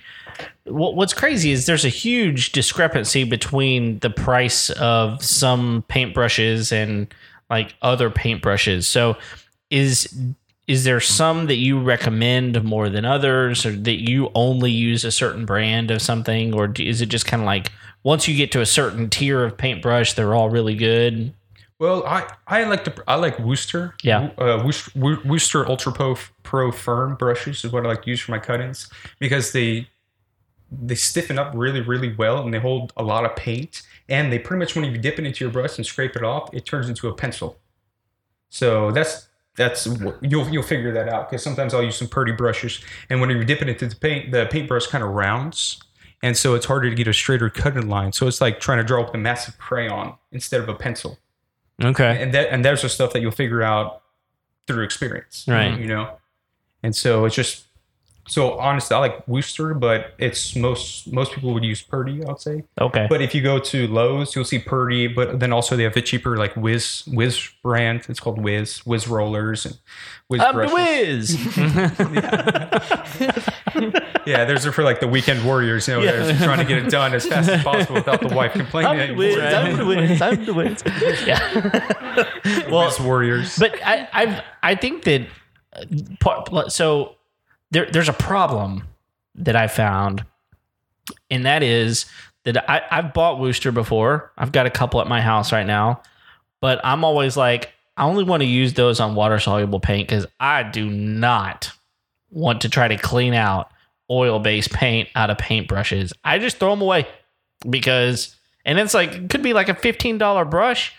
[SPEAKER 1] what, what's crazy is there's a huge discrepancy between the price of some paintbrushes and like other paintbrushes. So is is there some that you recommend more than others, or that you only use a certain brand of something, or do, is it just kind of like once you get to a certain tier of paintbrush, they're all really good?
[SPEAKER 3] Well, I, I like to I like Wooster.
[SPEAKER 1] Yeah.
[SPEAKER 3] Uh, Wooster, Woo- Wooster Ultra Pro, Pro Firm brushes is what I like to use for my cut-ins because they they stiffen up really really well and they hold a lot of paint and they pretty much when you dip it into your brush and scrape it off, it turns into a pencil. So that's that's wh- you'll you'll figure that out because sometimes I'll use some purdy brushes and when you're dipping it into the paint, the paintbrush kind of rounds. And so it's harder to get a straighter cutting line. So it's like trying to draw with a massive crayon instead of a pencil
[SPEAKER 2] Okay.
[SPEAKER 3] and that and there's the stuff that you'll figure out through experience
[SPEAKER 2] Right.
[SPEAKER 3] you know and so it's just so honestly i like wooster but it's most most people would use purdy i'd say
[SPEAKER 1] Okay.
[SPEAKER 3] but if you go to lowes you'll see purdy but then also they have a cheaper like whiz whiz brand it's called whiz whiz rollers and whiz
[SPEAKER 1] I'm the
[SPEAKER 3] brushes
[SPEAKER 1] whiz.
[SPEAKER 3] yeah there's are for like the weekend warriors you know
[SPEAKER 1] Yeah.
[SPEAKER 3] they're trying to get it done as fast as possible without the wife complaining
[SPEAKER 1] I'm the
[SPEAKER 3] anymore.
[SPEAKER 1] Wiz. I'm the Wiz. I'm the Wiz. Yeah. well,
[SPEAKER 3] whiz warriors
[SPEAKER 1] but I, I've I think that uh, part. So there, there's a problem that I found, and that is that I, I've bought Wooster before. I've got a couple at my house right now, but I'm always like, I only want to use those on water soluble paint because I do not want to try to clean out oil based paint out of paintbrushes. I just throw them away because, and it's like, it could be like a $15 brush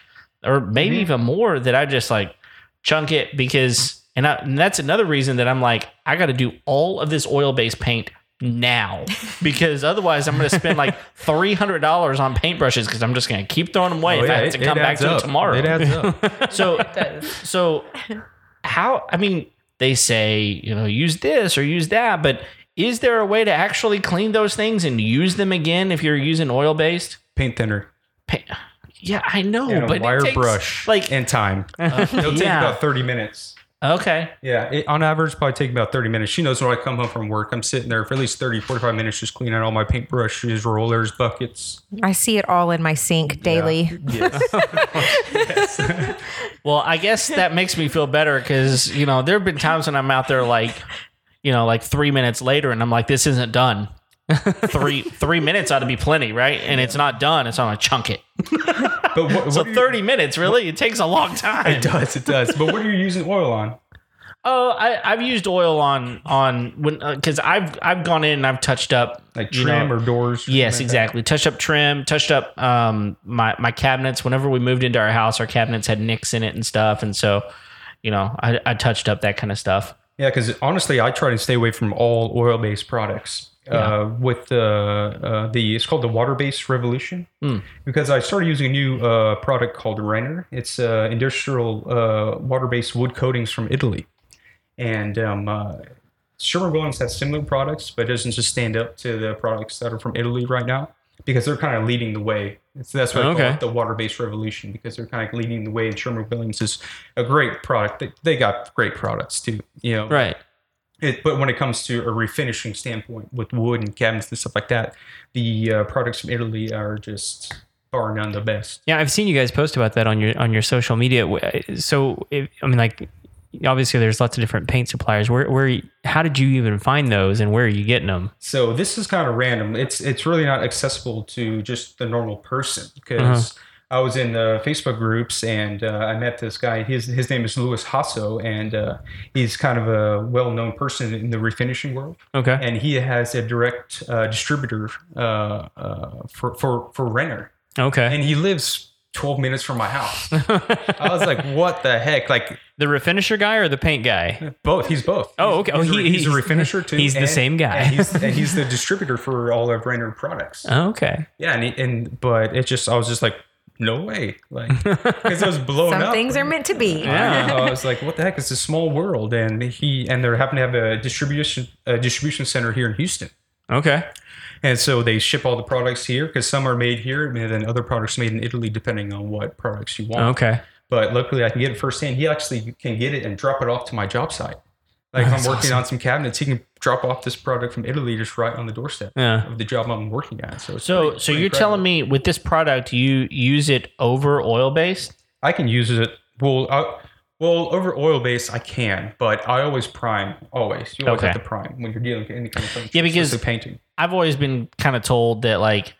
[SPEAKER 1] or maybe
[SPEAKER 3] Mm-hmm.
[SPEAKER 1] even more that I just like chunk it because, and, I, and that's another reason that I'm like, I got to do all of this oil based paint now because otherwise I'm going to spend like $300 on paintbrushes because I'm just going to keep throwing them away
[SPEAKER 3] Oh,
[SPEAKER 1] if I
[SPEAKER 3] yeah,
[SPEAKER 1] have to come back
[SPEAKER 3] adds
[SPEAKER 1] to it
[SPEAKER 3] up.
[SPEAKER 1] tomorrow.
[SPEAKER 3] It adds up.
[SPEAKER 1] so
[SPEAKER 4] does.
[SPEAKER 1] so how I mean they say, you know, use this or use that, but is there a way to actually clean those things and use them again if you're using oil based?
[SPEAKER 3] Paint thinner.
[SPEAKER 1] Yeah, I know,
[SPEAKER 3] and
[SPEAKER 1] but
[SPEAKER 3] a
[SPEAKER 1] it
[SPEAKER 3] wire
[SPEAKER 1] takes,
[SPEAKER 3] brush.
[SPEAKER 1] like
[SPEAKER 3] and time. Uh, It'll take
[SPEAKER 1] yeah.
[SPEAKER 3] about 30 minutes.
[SPEAKER 1] okay.
[SPEAKER 3] Yeah, it, on average, probably take about 30 minutes. She knows when I come home from work, I'm sitting there for at least 30, 45 minutes just cleaning out all my paintbrushes, rollers, buckets.
[SPEAKER 5] I see it all in my sink daily.
[SPEAKER 3] Yes.
[SPEAKER 1] Well, I guess that makes me feel better because you know there have been times when I'm out there like, you know, like three minutes later, and I'm like, this isn't done. three three minutes ought to be plenty, right? And it's not done, and so I'm gonna chunk it.
[SPEAKER 3] but what, what
[SPEAKER 1] So
[SPEAKER 3] are you-
[SPEAKER 1] 30 minutes, really? It takes a long time.
[SPEAKER 3] It does, it does. But what are you using oil on?
[SPEAKER 1] Oh, I, I've used oil on on when because I've I've gone in and I've touched up
[SPEAKER 3] Like
[SPEAKER 1] you
[SPEAKER 3] trim
[SPEAKER 1] know-
[SPEAKER 3] or doors?
[SPEAKER 1] yes, exactly. Touched up trim, touched up um my my cabinets. Whenever we moved into our house, our cabinets had nicks in it and stuff, and so you know I, I touched up that kind of stuff.
[SPEAKER 3] Yeah, because honestly, I try to stay away from all oil-based products. Uh, with the uh, the it's called the water-based revolution
[SPEAKER 1] Mm.
[SPEAKER 3] because I started using a new uh, product called Renner. It's uh, industrial uh, water-based wood coatings from Italy, and um, uh, Sherwin-Williams has similar products, but it doesn't just stand up to the products that are from Italy right now because they're kind of leading the way. So that's why I
[SPEAKER 2] Okay.
[SPEAKER 3] call it the water-based revolution because they're kind of leading the way. And Sherwin-Williams is a great product. They, they got great products too. You know,
[SPEAKER 2] Right.
[SPEAKER 3] it, but when it comes to a refinishing standpoint with wood and cabinets and stuff like that, the uh, products from Italy are just bar none the best.
[SPEAKER 2] Yeah, I've seen you guys post about that on your on your social media. Wh- So, if, I mean, like, obviously, there's lots of different paint suppliers. Where, where, how did you even find those, and where are you getting them?
[SPEAKER 3] So this is kind of random. It's it's really not accessible to just the normal person because I was in uh, Facebook groups and uh, I met this guy. His his name is Louis Hasso and uh, he's kind of a well known person in the refinishing world.
[SPEAKER 2] Okay.
[SPEAKER 3] And he has a direct uh, distributor uh, uh, for for for Renner.
[SPEAKER 2] Okay.
[SPEAKER 3] and he lives 12 minutes from my house. I was like, what the heck? Like,
[SPEAKER 2] The refinisher guy or the paint guy?
[SPEAKER 3] both. He's both.
[SPEAKER 2] Oh, okay. Oh,
[SPEAKER 3] He's, a,
[SPEAKER 2] he-
[SPEAKER 3] he's a refinisher too.
[SPEAKER 2] he's the
[SPEAKER 3] and-
[SPEAKER 2] same guy. Uh.
[SPEAKER 3] And he's, and he's the distributor for all of Rainer products.
[SPEAKER 2] Okay.
[SPEAKER 3] Yeah. And, he, and, but it just, I was just like, no way. Like, because I was blown
[SPEAKER 5] Some
[SPEAKER 3] up.
[SPEAKER 5] things are meant to be.
[SPEAKER 2] Yeah.
[SPEAKER 3] I was like, what the heck? It's a small world. And he, and they happen to have a distribution, a distribution center here in Houston.
[SPEAKER 2] Okay.
[SPEAKER 3] And so they ship all the products here because some are made here and then other products made in Italy, depending on what products you want.
[SPEAKER 2] Okay.
[SPEAKER 3] but luckily I can get it firsthand. He actually can get it and drop it off to my job site. Like if I'm
[SPEAKER 2] That's
[SPEAKER 3] working on some cabinets, he can drop off this product from Italy just right on the doorstep
[SPEAKER 2] Yeah.
[SPEAKER 3] of the job I'm working at. So, it's
[SPEAKER 1] So
[SPEAKER 3] pretty-
[SPEAKER 1] so
[SPEAKER 3] pretty
[SPEAKER 1] you're telling
[SPEAKER 3] incredible.
[SPEAKER 1] me with this product you use it over oil based?
[SPEAKER 3] I can use it. Well, I, well, over oil base I can, but I always prime. Always, you always
[SPEAKER 1] Okay.
[SPEAKER 3] have to prime when you're dealing with any kind of furniture,
[SPEAKER 1] Yeah, because-
[SPEAKER 3] especially painting.
[SPEAKER 1] I've always been kind of told that like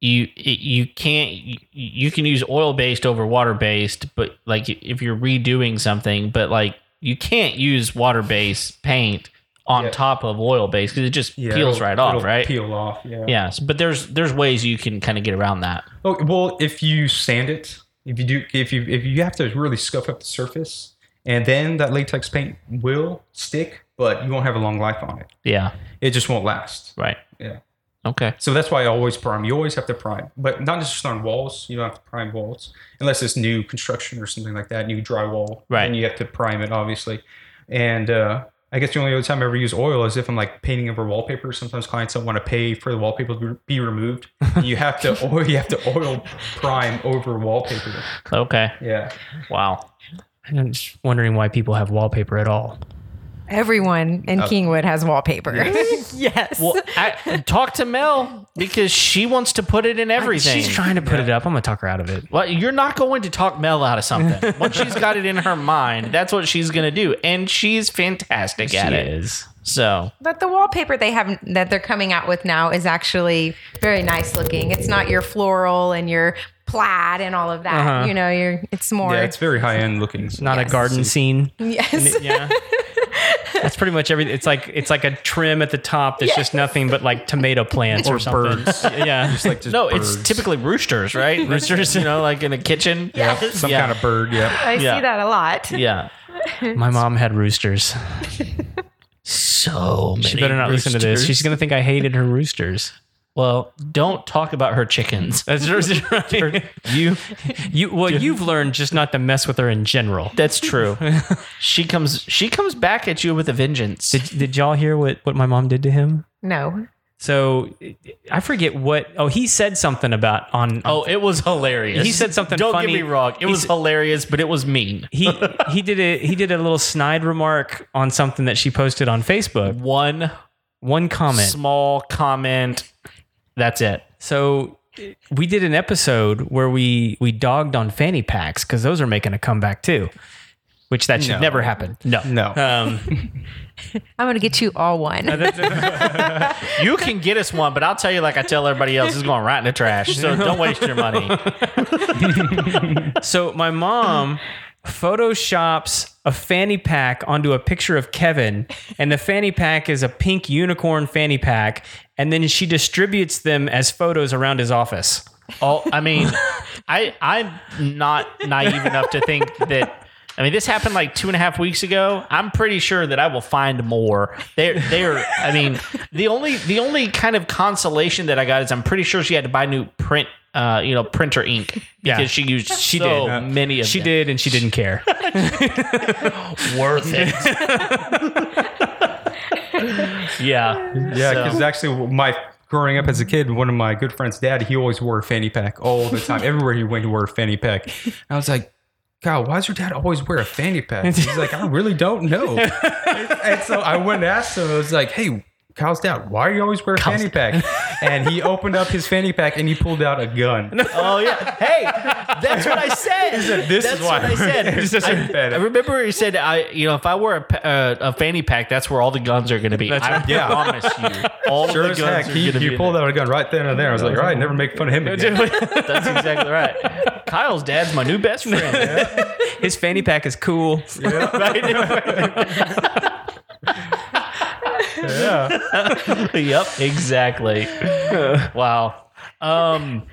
[SPEAKER 1] you you can't you, you can use oil based over water based, but like if you're redoing something, but like you can't use water based paint on
[SPEAKER 3] Yeah.
[SPEAKER 1] top of oil based because it just
[SPEAKER 3] Yeah,
[SPEAKER 1] peels
[SPEAKER 3] it'll-
[SPEAKER 1] right off,
[SPEAKER 3] it'll
[SPEAKER 1] right?
[SPEAKER 3] Peel off. Yeah.
[SPEAKER 1] Yes, but there's there's ways you can kind of get around that.
[SPEAKER 3] Oh, well, if you sand it, if you do, if you if you have to really scuff up the surface, and then that latex paint will stick, but you won't have a long life on it.
[SPEAKER 1] Yeah,
[SPEAKER 3] It just won't last.
[SPEAKER 1] right.
[SPEAKER 3] Yeah.
[SPEAKER 1] Okay.
[SPEAKER 3] So that's why I always prime. You always have to prime, but not just on walls. You don't have to prime walls unless it's new construction or something like that, new drywall.
[SPEAKER 1] Right.
[SPEAKER 3] And you have to prime it, obviously. And uh, I guess the only other time I ever use oil is if I'm like painting over wallpaper. Sometimes clients don't want to pay for the wallpaper to be removed. You have to oil. You have to oil prime over wallpaper.
[SPEAKER 1] Okay.
[SPEAKER 3] Yeah.
[SPEAKER 1] Wow.
[SPEAKER 2] I'm just wondering why people have wallpaper at all.
[SPEAKER 5] Everyone in Kingwood has wallpaper. Yes.
[SPEAKER 1] Well, I, talk to Mel because she wants to put it in everything.
[SPEAKER 2] She's trying to put it up. I'm gonna talk her out of it.
[SPEAKER 1] Well, you're not going to talk Mel out of something. Once she's got it in her mind, that's what she's going to do, and she's fantastic at
[SPEAKER 2] She
[SPEAKER 1] it.
[SPEAKER 2] is.
[SPEAKER 1] So
[SPEAKER 5] But the wallpaper they have that they're coming out with now is actually very nice looking. It's not your floral and your plaid and all of that.
[SPEAKER 2] Uh-huh.
[SPEAKER 5] You know, you're it's more
[SPEAKER 3] Yeah, it's very high end looking.
[SPEAKER 2] Not a
[SPEAKER 5] Yes.
[SPEAKER 2] garden scene.
[SPEAKER 5] yes.
[SPEAKER 2] Yeah. That's pretty much everything. It's like it's like a trim at the top that's just nothing but like tomato plants or, something.
[SPEAKER 3] birds.
[SPEAKER 2] Yeah.
[SPEAKER 3] It's like just
[SPEAKER 1] no,
[SPEAKER 3] birds.
[SPEAKER 1] it's typically roosters, right? roosters, you know, like in a kitchen.
[SPEAKER 3] Yep, some
[SPEAKER 1] Yeah.
[SPEAKER 3] kind of bird. Yeah.
[SPEAKER 5] I
[SPEAKER 1] Yeah.
[SPEAKER 5] see that a lot.
[SPEAKER 1] Yeah.
[SPEAKER 2] My mom had roosters.
[SPEAKER 1] So many
[SPEAKER 2] She better not listen to this.
[SPEAKER 1] roosters.
[SPEAKER 2] She's gonna think I hated her roosters.
[SPEAKER 1] well, don't talk about her chickens.
[SPEAKER 2] That's right. you, you. Well, you've learned just not to mess with her in general.
[SPEAKER 1] That's true. she comes. She comes back at you with a vengeance.
[SPEAKER 2] Did, did y'all hear what, what my mom did to him?
[SPEAKER 5] No.
[SPEAKER 2] So I forget what. Oh, he said something about on.
[SPEAKER 1] oh, it was hilarious.
[SPEAKER 2] He said something
[SPEAKER 1] Don't
[SPEAKER 2] funny.
[SPEAKER 1] get me wrong. It
[SPEAKER 2] He
[SPEAKER 1] was
[SPEAKER 2] said-
[SPEAKER 1] hilarious, but it was mean.
[SPEAKER 2] he he did a he did a little snide remark on something that she posted on Facebook.
[SPEAKER 1] One
[SPEAKER 2] One comment.
[SPEAKER 1] small comment. That's it.
[SPEAKER 2] So we did an episode where we we dogged on fanny packs because those are making a comeback too, which that should
[SPEAKER 3] No.
[SPEAKER 2] never happen. No.
[SPEAKER 3] No.
[SPEAKER 1] Uh,
[SPEAKER 2] Um,
[SPEAKER 5] I'm gonna get you all one.
[SPEAKER 1] You can get us one, but I'll tell you, like I tell everybody else, it's going right in the trash. So don't waste your money.
[SPEAKER 2] so my mom photoshops a fanny pack onto a picture of Kevin, and the fanny pack is a pink unicorn fanny pack, and then she distributes them as photos around his office.
[SPEAKER 1] Oh, I mean, I I'm not naive enough to think that. I mean, this happened like two and a half weeks ago. I'm pretty sure that I will find more. They're they're. I mean, the only the only kind of consolation that I got is I'm pretty sure she had to buy new print, uh, you know, printer ink because
[SPEAKER 2] Yeah.
[SPEAKER 1] she used
[SPEAKER 2] She
[SPEAKER 1] so
[SPEAKER 2] did. Uh,
[SPEAKER 1] many of
[SPEAKER 2] She
[SPEAKER 1] them.
[SPEAKER 2] did, and she didn't care.
[SPEAKER 1] did worth it. yeah,
[SPEAKER 3] Yeah,
[SPEAKER 1] So-
[SPEAKER 3] because actually, my growing up as a kid, one of my good friends' dad, he always wore a fanny pack all the time. Everywhere he went, he wore a fanny pack. And I was like, God, why does your dad always wear a fanny pack? He's like, I really don't know. and so I went and asked him. I was like, Hey. Kyle's dad, why do you always wear a fanny pack? And he opened up his fanny pack and he pulled out a gun.
[SPEAKER 1] Oh yeah. Hey, that's what I said.
[SPEAKER 3] "This is
[SPEAKER 1] that's
[SPEAKER 3] why
[SPEAKER 1] what I said.
[SPEAKER 3] This is
[SPEAKER 1] I,
[SPEAKER 3] better."
[SPEAKER 1] I remember he said, "I, you know, if I wear a, pa- uh, a fanny pack, that's where all the guns are going to be." I
[SPEAKER 3] Yeah.
[SPEAKER 1] promise you, all
[SPEAKER 3] Sure
[SPEAKER 1] of
[SPEAKER 3] as
[SPEAKER 1] the guns
[SPEAKER 3] heck,
[SPEAKER 1] are
[SPEAKER 3] he,
[SPEAKER 1] going to be.
[SPEAKER 3] he
[SPEAKER 1] in
[SPEAKER 3] pulled
[SPEAKER 1] there.
[SPEAKER 3] out a gun right then and there. I was like, all right, never make fun of him again.
[SPEAKER 1] That's exactly right. Kyle's dad's my new best friend.
[SPEAKER 2] His fanny pack is cool.
[SPEAKER 3] Yeah.
[SPEAKER 1] yep, exactly. wow. Um,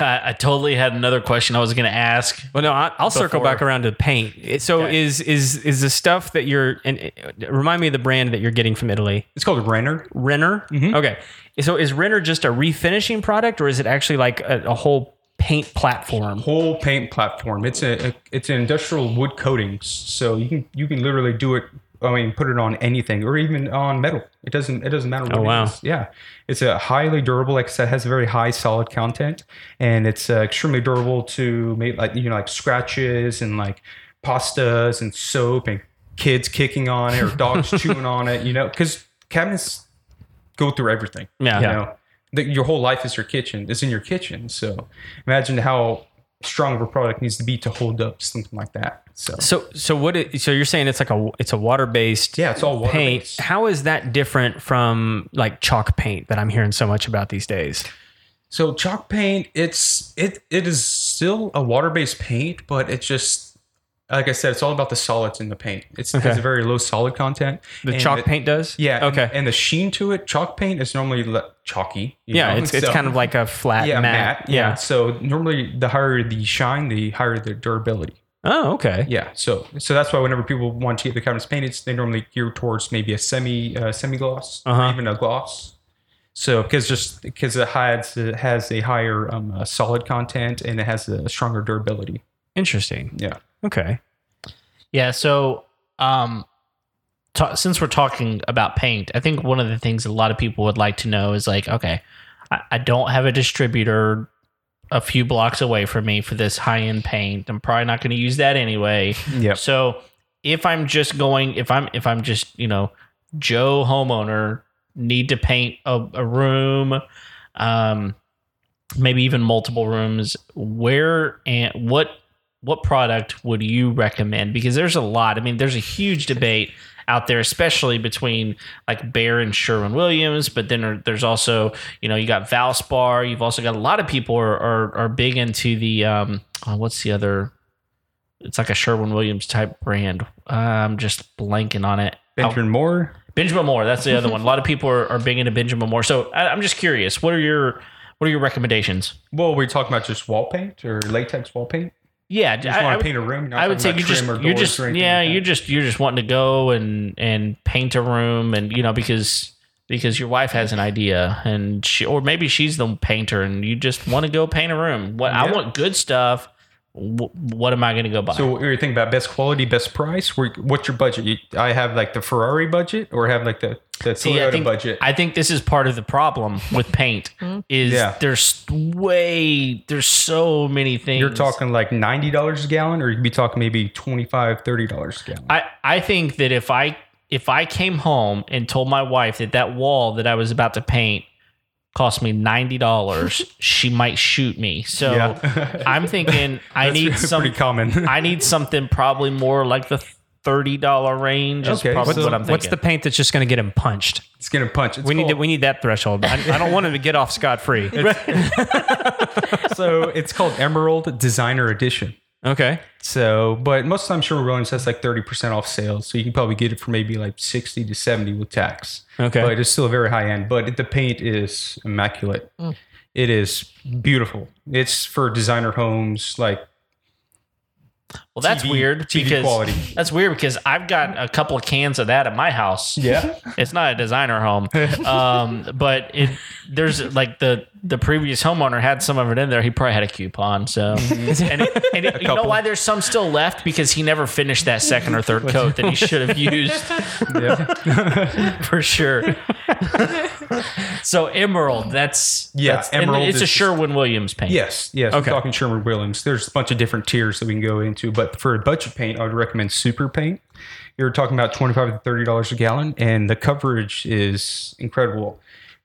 [SPEAKER 1] I, I totally had another question I was going to ask.
[SPEAKER 2] Well, no, I, I'll circle
[SPEAKER 1] Before-
[SPEAKER 2] back around to paint. It- So
[SPEAKER 1] Okay.
[SPEAKER 2] is is is the stuff that you're and uh, remind me of the brand that you're getting from Italy,
[SPEAKER 3] It's called a Renner.
[SPEAKER 2] Renner.
[SPEAKER 3] Mm-hmm.
[SPEAKER 2] Okay, so is Renner just a refinishing product, or is it actually like a, a whole paint platform?
[SPEAKER 3] whole paint platform. It's a, a it's an industrial wood coating, so you can you can literally do it. I mean, put it on anything or even on metal. It doesn't it doesn't matter. What
[SPEAKER 2] Oh, wow.
[SPEAKER 3] It is. Yeah, it's a highly durable. Like I said, has a very high solid content, and it's uh, extremely durable to make like you know like scratches and like pastas and soap and kids kicking on it or dogs chewing on it. You know, because cabinets go through everything.
[SPEAKER 2] Yeah.
[SPEAKER 3] you
[SPEAKER 2] Yeah.
[SPEAKER 3] know, the, your whole life is your kitchen. It's in your kitchen. So imagine how strong of a product needs to be to hold up something like that. So
[SPEAKER 2] So so what? It, so you're saying it's like a it's a water based
[SPEAKER 3] yeah, it's all water
[SPEAKER 2] paint. How is that different from like chalk paint that I'm hearing so much about these days?
[SPEAKER 3] So chalk paint, it's it it is still a water based paint, but it's just like I said, it's all about the solids in the paint. It's it has
[SPEAKER 2] Okay.
[SPEAKER 3] a very low solid content.
[SPEAKER 2] The
[SPEAKER 3] And
[SPEAKER 2] chalk
[SPEAKER 3] it-
[SPEAKER 2] paint does.
[SPEAKER 3] Yeah.
[SPEAKER 2] Okay.
[SPEAKER 3] And, and the sheen to it, chalk paint is normally le- chalky. you
[SPEAKER 2] yeah,
[SPEAKER 3] know?
[SPEAKER 2] it's, it's
[SPEAKER 3] So-
[SPEAKER 2] kind of like a flat
[SPEAKER 3] yeah,
[SPEAKER 2] matte.
[SPEAKER 3] matte. yeah. So normally the higher the shine, the higher the durability.
[SPEAKER 2] Oh, okay.
[SPEAKER 3] Yeah, so so that's why whenever people want to get the cabinets painted, they normally gear towards maybe a semi uh, semi gloss,
[SPEAKER 2] Uh-huh.
[SPEAKER 3] or even a gloss. So because just because it has it has a higher um, uh, solid content and it has a stronger durability.
[SPEAKER 2] Interesting.
[SPEAKER 3] Yeah,
[SPEAKER 2] Okay.
[SPEAKER 1] Yeah. So, um, ta- since we're talking about paint, I think one of the things a lot of people would like to know is like, okay, I, I don't have a distributor a few blocks away from me for this high end paint. I'm probably not going to use that anyway.
[SPEAKER 3] yeah.
[SPEAKER 1] So, if I'm just going, if I'm if I'm just you know Joe homeowner need to paint a, a room, um, maybe even multiple rooms. Where and what what product would you recommend? Because there's a lot. I mean, there's a huge debate out there, especially between like Bear and Sherwin Williams. But then there- there's also, you know, you got Valspar. You've also got a lot of people are are, are big into the um, oh, what's the other? It's like a Sherwin Williams type brand. Uh, I'm just blanking on it.
[SPEAKER 3] Benjamin Moore.
[SPEAKER 1] Benjamin Moore. That's the other one. A lot of people are, are big into Benjamin Moore. So I, I'm just curious. What are your what are your recommendations?
[SPEAKER 3] Well, we're you talking about just wall paint or latex wall paint.
[SPEAKER 1] Yeah,
[SPEAKER 3] You just
[SPEAKER 1] I- I
[SPEAKER 3] want
[SPEAKER 1] would-
[SPEAKER 3] to paint a room. Not
[SPEAKER 1] I would say
[SPEAKER 3] talking
[SPEAKER 1] you
[SPEAKER 3] about
[SPEAKER 1] just
[SPEAKER 3] trim or
[SPEAKER 1] you
[SPEAKER 3] doors
[SPEAKER 1] just
[SPEAKER 3] or anything
[SPEAKER 1] yeah
[SPEAKER 3] like
[SPEAKER 1] you're
[SPEAKER 3] that.
[SPEAKER 1] just you're just wanting to go and and paint a room and you know because because your wife has an idea and she or maybe she's the painter and you just want to go paint a room. What I
[SPEAKER 3] Yeah.
[SPEAKER 1] want good stuff. Wh- what am I going to go buy?
[SPEAKER 3] So what you think about best quality, best price? Where- What's your budget? You, I have like the Ferrari budget, or have like the the Toyota
[SPEAKER 1] See, I think,
[SPEAKER 3] budget.
[SPEAKER 1] I think this is part of the problem with paint is
[SPEAKER 3] Yeah.
[SPEAKER 1] there's way there's so many things.
[SPEAKER 3] you're talking like ninety dollars a gallon, or you'd be talking maybe 25 dollars a gallon.
[SPEAKER 1] I I think that if I if I came home and told my wife that that wall that I was about to paint cost me ninety dollars, she might shoot me. So
[SPEAKER 3] Yeah.
[SPEAKER 1] I'm thinking I
[SPEAKER 3] That's
[SPEAKER 1] need
[SPEAKER 3] pretty
[SPEAKER 1] some.
[SPEAKER 3] common.
[SPEAKER 1] I need something probably more like the thirty dollar range. Is
[SPEAKER 3] Okay,
[SPEAKER 1] probably
[SPEAKER 3] so
[SPEAKER 1] what I'm thinking.
[SPEAKER 2] What's the paint that's just going to get him punched?
[SPEAKER 3] it's gonna punch. It's
[SPEAKER 2] we need to,
[SPEAKER 3] called-
[SPEAKER 2] we need that threshold. I, I don't want him to get off scot free.
[SPEAKER 3] so it's called Emerald Designer Edition.
[SPEAKER 2] okay.
[SPEAKER 3] So, but most of the time, Sherwin Williams has like 30% off sales. So you can probably get it for maybe like 60 to 70 with tax.
[SPEAKER 2] Okay.
[SPEAKER 3] But it's still very high end. But the paint is immaculate. It is beautiful. It's for designer homes. Like,
[SPEAKER 1] well, that's
[SPEAKER 3] TV
[SPEAKER 1] weird
[SPEAKER 3] TV
[SPEAKER 1] because
[SPEAKER 3] quality.
[SPEAKER 1] that's weird because I've got a couple of cans of that at my house.
[SPEAKER 3] yeah.
[SPEAKER 1] it's not a designer home um, but it there's like the the previous homeowner had some of it in there he probably had a coupon so
[SPEAKER 3] Mm-hmm.
[SPEAKER 1] and, it, and it- you know why there's some still left because he never finished that second or third coat that he should have used
[SPEAKER 3] yeah.
[SPEAKER 1] for sure so emerald that's
[SPEAKER 3] Yeah,
[SPEAKER 1] that's- and
[SPEAKER 3] emerald
[SPEAKER 1] it's
[SPEAKER 3] is
[SPEAKER 1] a
[SPEAKER 3] just-
[SPEAKER 1] sherwin williams paint
[SPEAKER 3] Yes. Yes.
[SPEAKER 2] Okay.
[SPEAKER 3] I'm talking Sherwin Williams. There's a bunch of different tiers that we can go into. But for a budget paint, I would recommend Super Paint. You're talking about 25 to $30 a gallon, and the coverage is incredible.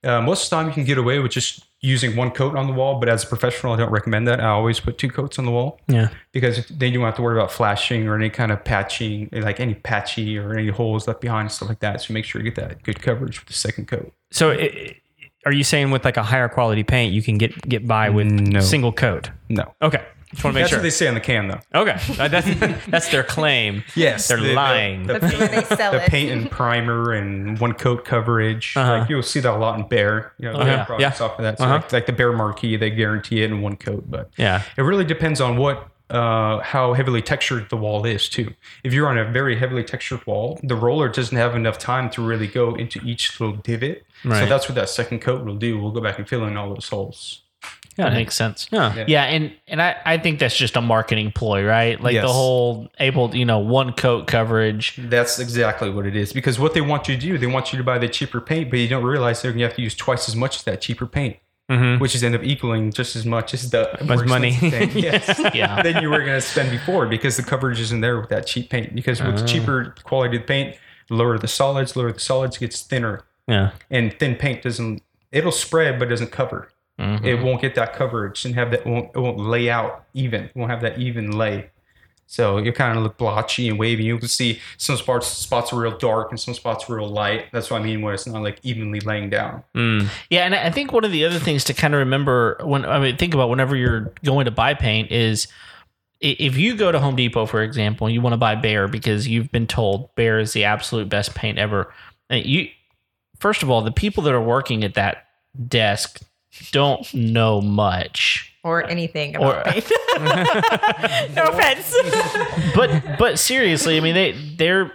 [SPEAKER 3] Uh, most of the time, you can get away with just using one coat on the wall, but as a professional, I don't recommend that. I always put two coats on the wall
[SPEAKER 2] Yeah.
[SPEAKER 3] because then you don't have to worry about flashing or any kind of patching, like any patchy or any holes left behind and stuff like that. So make sure you get that good coverage with the second coat.
[SPEAKER 2] So, i i- are you saying with like a higher quality paint, you can get get by with
[SPEAKER 3] No.
[SPEAKER 2] single coat?
[SPEAKER 3] No.
[SPEAKER 2] Okay. Just want to make
[SPEAKER 3] That's
[SPEAKER 2] sure.
[SPEAKER 3] what they say on the can, though.
[SPEAKER 2] Okay, Uh, that's that's their claim.
[SPEAKER 3] Yes,
[SPEAKER 2] they're
[SPEAKER 3] the- the-
[SPEAKER 2] lying.
[SPEAKER 3] the
[SPEAKER 5] That's the way they sell
[SPEAKER 3] the
[SPEAKER 5] it.
[SPEAKER 3] paint and primer and one coat coverage.
[SPEAKER 2] Uh-huh.
[SPEAKER 3] Like you'll see that a lot in Bear. You know,
[SPEAKER 2] Oh,
[SPEAKER 3] Bear
[SPEAKER 2] yeah.
[SPEAKER 3] products
[SPEAKER 2] Yeah.
[SPEAKER 3] off of that. So
[SPEAKER 2] Uh-huh.
[SPEAKER 3] like, like the Bear marquee, they guarantee it in one coat. But
[SPEAKER 2] yeah,
[SPEAKER 3] it really depends on what. Uh, how heavily textured the wall is too. If you're on a very heavily textured wall, the roller doesn't have enough time to really go into each little divot. So
[SPEAKER 2] Right.
[SPEAKER 3] that's what that second coat will do. We'll go back and fill in all those holes.
[SPEAKER 1] that makes sense
[SPEAKER 2] yeah,
[SPEAKER 3] Yeah.
[SPEAKER 1] yeah and and i i think that's just a marketing ploy right like the
[SPEAKER 3] Yes.
[SPEAKER 1] whole able you know one coat coverage
[SPEAKER 3] That's exactly what it is. Because what they want you to do, they want you to buy the cheaper paint, but you don't realize they're gonna have to use twice as much of that cheaper paint.
[SPEAKER 2] Mm-hmm.
[SPEAKER 3] which is end up equaling just as much as the
[SPEAKER 2] Much
[SPEAKER 3] more
[SPEAKER 2] money.
[SPEAKER 3] expensive thing. Yes.
[SPEAKER 1] yeah
[SPEAKER 3] than you were going to spend before because the coverage isn't there with that cheap paint. Because
[SPEAKER 2] Ah.
[SPEAKER 3] with cheaper quality of paint, lower the solids, lower the solids gets thinner,
[SPEAKER 2] yeah.
[SPEAKER 3] and thin paint doesn't. It'll spread, but doesn't cover.
[SPEAKER 1] Mhm.
[SPEAKER 3] It won't get that coverage and have that. Won't, it won't lay out even. It won't have that even lay. So you kind of look blotchy and wavy. You can see some spots spots are real dark and some spots are real light. That's what I mean when it's not like evenly laying down.
[SPEAKER 2] Mm.
[SPEAKER 1] Yeah, and I think one of the other things to kind of remember when I mean think about whenever you're going to buy paint is i- if you go to Home Depot, for example, and you want to buy Bear because you've been told Bear is the absolute best paint ever. and You first of all, the people that are working at that desk don't know much.
[SPEAKER 5] or anything
[SPEAKER 1] Or-
[SPEAKER 5] about paint. no offense.
[SPEAKER 1] But but seriously, I mean they they're